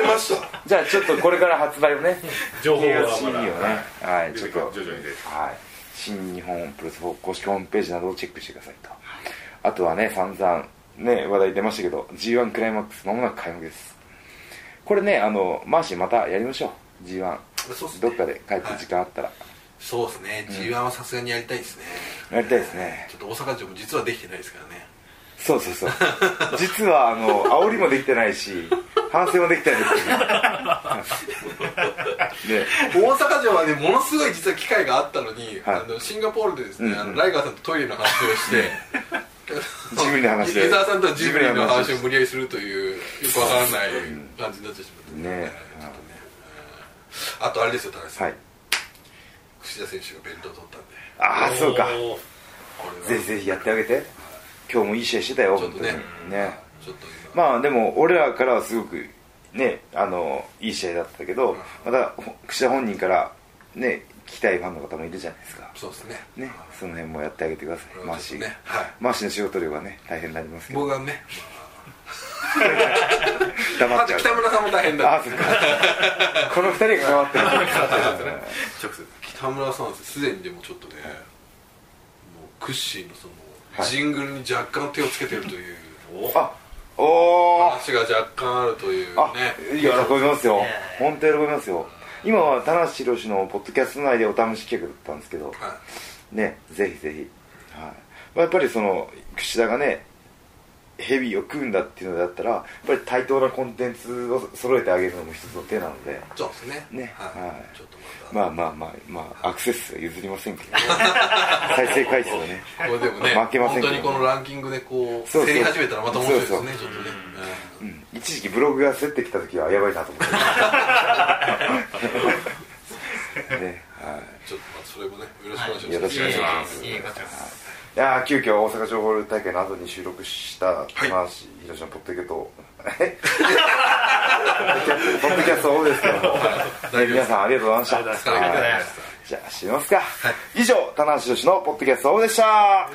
[SPEAKER 2] てました
[SPEAKER 1] じゃあちょっとこれから発売をね
[SPEAKER 4] 情報
[SPEAKER 1] ケイオ
[SPEAKER 4] は
[SPEAKER 1] ス CD
[SPEAKER 4] まだ
[SPEAKER 1] をねはいちょっと
[SPEAKER 5] 徐々に出て
[SPEAKER 1] はい、新日本プロレス公式ホームページなどをチェックしてくださいと、あとはね散々ね話題出ましたけど g 1クライマックスまもなく開幕ですこれねあのマーシーまたやりましょう g 1
[SPEAKER 2] そうっすね
[SPEAKER 1] どっかで帰って時間あったら、
[SPEAKER 2] そうですね G1 はさすがにやりたいですね
[SPEAKER 1] やりたいですね
[SPEAKER 2] ちょっと大阪城も実はできてないですからね
[SPEAKER 1] そうそうそう実はあの煽りもできてないし反省もできてないですよねね
[SPEAKER 2] 大阪城はねものすごい実は機会があったのに、
[SPEAKER 1] はい
[SPEAKER 2] あのシンガポールでですね、
[SPEAKER 1] うんうん
[SPEAKER 2] あのライガーさんとトイレの話をして
[SPEAKER 1] ジブリの話で
[SPEAKER 2] 伊沢さんとジブリの話を無理やりするというよくわからない感じになってしまって
[SPEAKER 1] ね
[SPEAKER 2] はいちょっとねあとあれですよ高橋さん、
[SPEAKER 1] はい
[SPEAKER 2] 串田選手が弁当取ったんで
[SPEAKER 1] ああそうか
[SPEAKER 4] おー
[SPEAKER 2] これ
[SPEAKER 1] ぜ
[SPEAKER 2] は
[SPEAKER 1] ひぜひやってあげて今日もいい試合してたよ
[SPEAKER 2] ちょっ
[SPEAKER 1] 本
[SPEAKER 2] と
[SPEAKER 1] 当に
[SPEAKER 2] ね
[SPEAKER 1] ね
[SPEAKER 2] ちょっと今、
[SPEAKER 1] まあでも俺らからはすごくねあのいい試合だったけどまたほ櫛田本人からね聞きたいファンの方もいるじゃないですか
[SPEAKER 2] そうですね
[SPEAKER 1] ねその辺もやってあげてくださ
[SPEAKER 2] これ
[SPEAKER 1] いマ
[SPEAKER 2] は
[SPEAKER 1] ー
[SPEAKER 2] ち
[SPEAKER 1] シ
[SPEAKER 2] ょっ
[SPEAKER 1] ー
[SPEAKER 2] とねはい
[SPEAKER 1] マーシーの仕事量がね大変になりますけど
[SPEAKER 2] 僕はね
[SPEAKER 1] 黙
[SPEAKER 2] ま
[SPEAKER 1] っち
[SPEAKER 2] ず
[SPEAKER 1] ゃう
[SPEAKER 2] 北村さんも大変だ
[SPEAKER 1] あそっかこの二人が関わってる
[SPEAKER 5] 直接
[SPEAKER 2] (laughs) 北村さんはすでにでもちょっとねもうクッシーのその
[SPEAKER 1] はい
[SPEAKER 2] ジングルに若干手をつけてるという
[SPEAKER 1] あおー
[SPEAKER 2] 話が若干あるという
[SPEAKER 1] あ
[SPEAKER 2] ね
[SPEAKER 1] 喜びますよ
[SPEAKER 3] ね
[SPEAKER 1] 本当喜びますよ今は田無宏のポッドキャスト内でお試し企画だったんですけど
[SPEAKER 2] は
[SPEAKER 1] ねぜひぜひ、はいまあ、やっぱりその櫛田がねヘビを組んだっていうのだったらやっぱり対等なコンテンツを揃えてあげるのも一つの手なので
[SPEAKER 2] いそうですね
[SPEAKER 1] ね
[SPEAKER 2] はい
[SPEAKER 1] はい
[SPEAKER 2] ちょっと
[SPEAKER 1] まあ
[SPEAKER 2] ま
[SPEAKER 1] まあまあまあアクセス数は譲りませんけどね再生回数はね
[SPEAKER 2] たこれでもね
[SPEAKER 1] 負けませんけ
[SPEAKER 2] 本当
[SPEAKER 1] どね
[SPEAKER 2] にこのランキングでこう
[SPEAKER 1] そうそう
[SPEAKER 2] 競り始めたらまた面白いですねちょっ
[SPEAKER 1] そう
[SPEAKER 2] とねうん
[SPEAKER 1] うん一時期ブログが競ってきた時はやばいなと思ってねはい
[SPEAKER 2] ちょっとまあそれもねよろしくお願いします
[SPEAKER 1] よろしくお願いします
[SPEAKER 3] いえいえいえこちらこそ
[SPEAKER 1] いやー急遽大阪城ホール大会の後に収録した棚橋宏のポッドキャストえ (laughs) ポッドキャストオフですけどもえ皆さんありがとうございました
[SPEAKER 4] ありがとう
[SPEAKER 2] ございました
[SPEAKER 1] はいじゃあ閉めますか以上棚橋宏のポッドキャストオフでした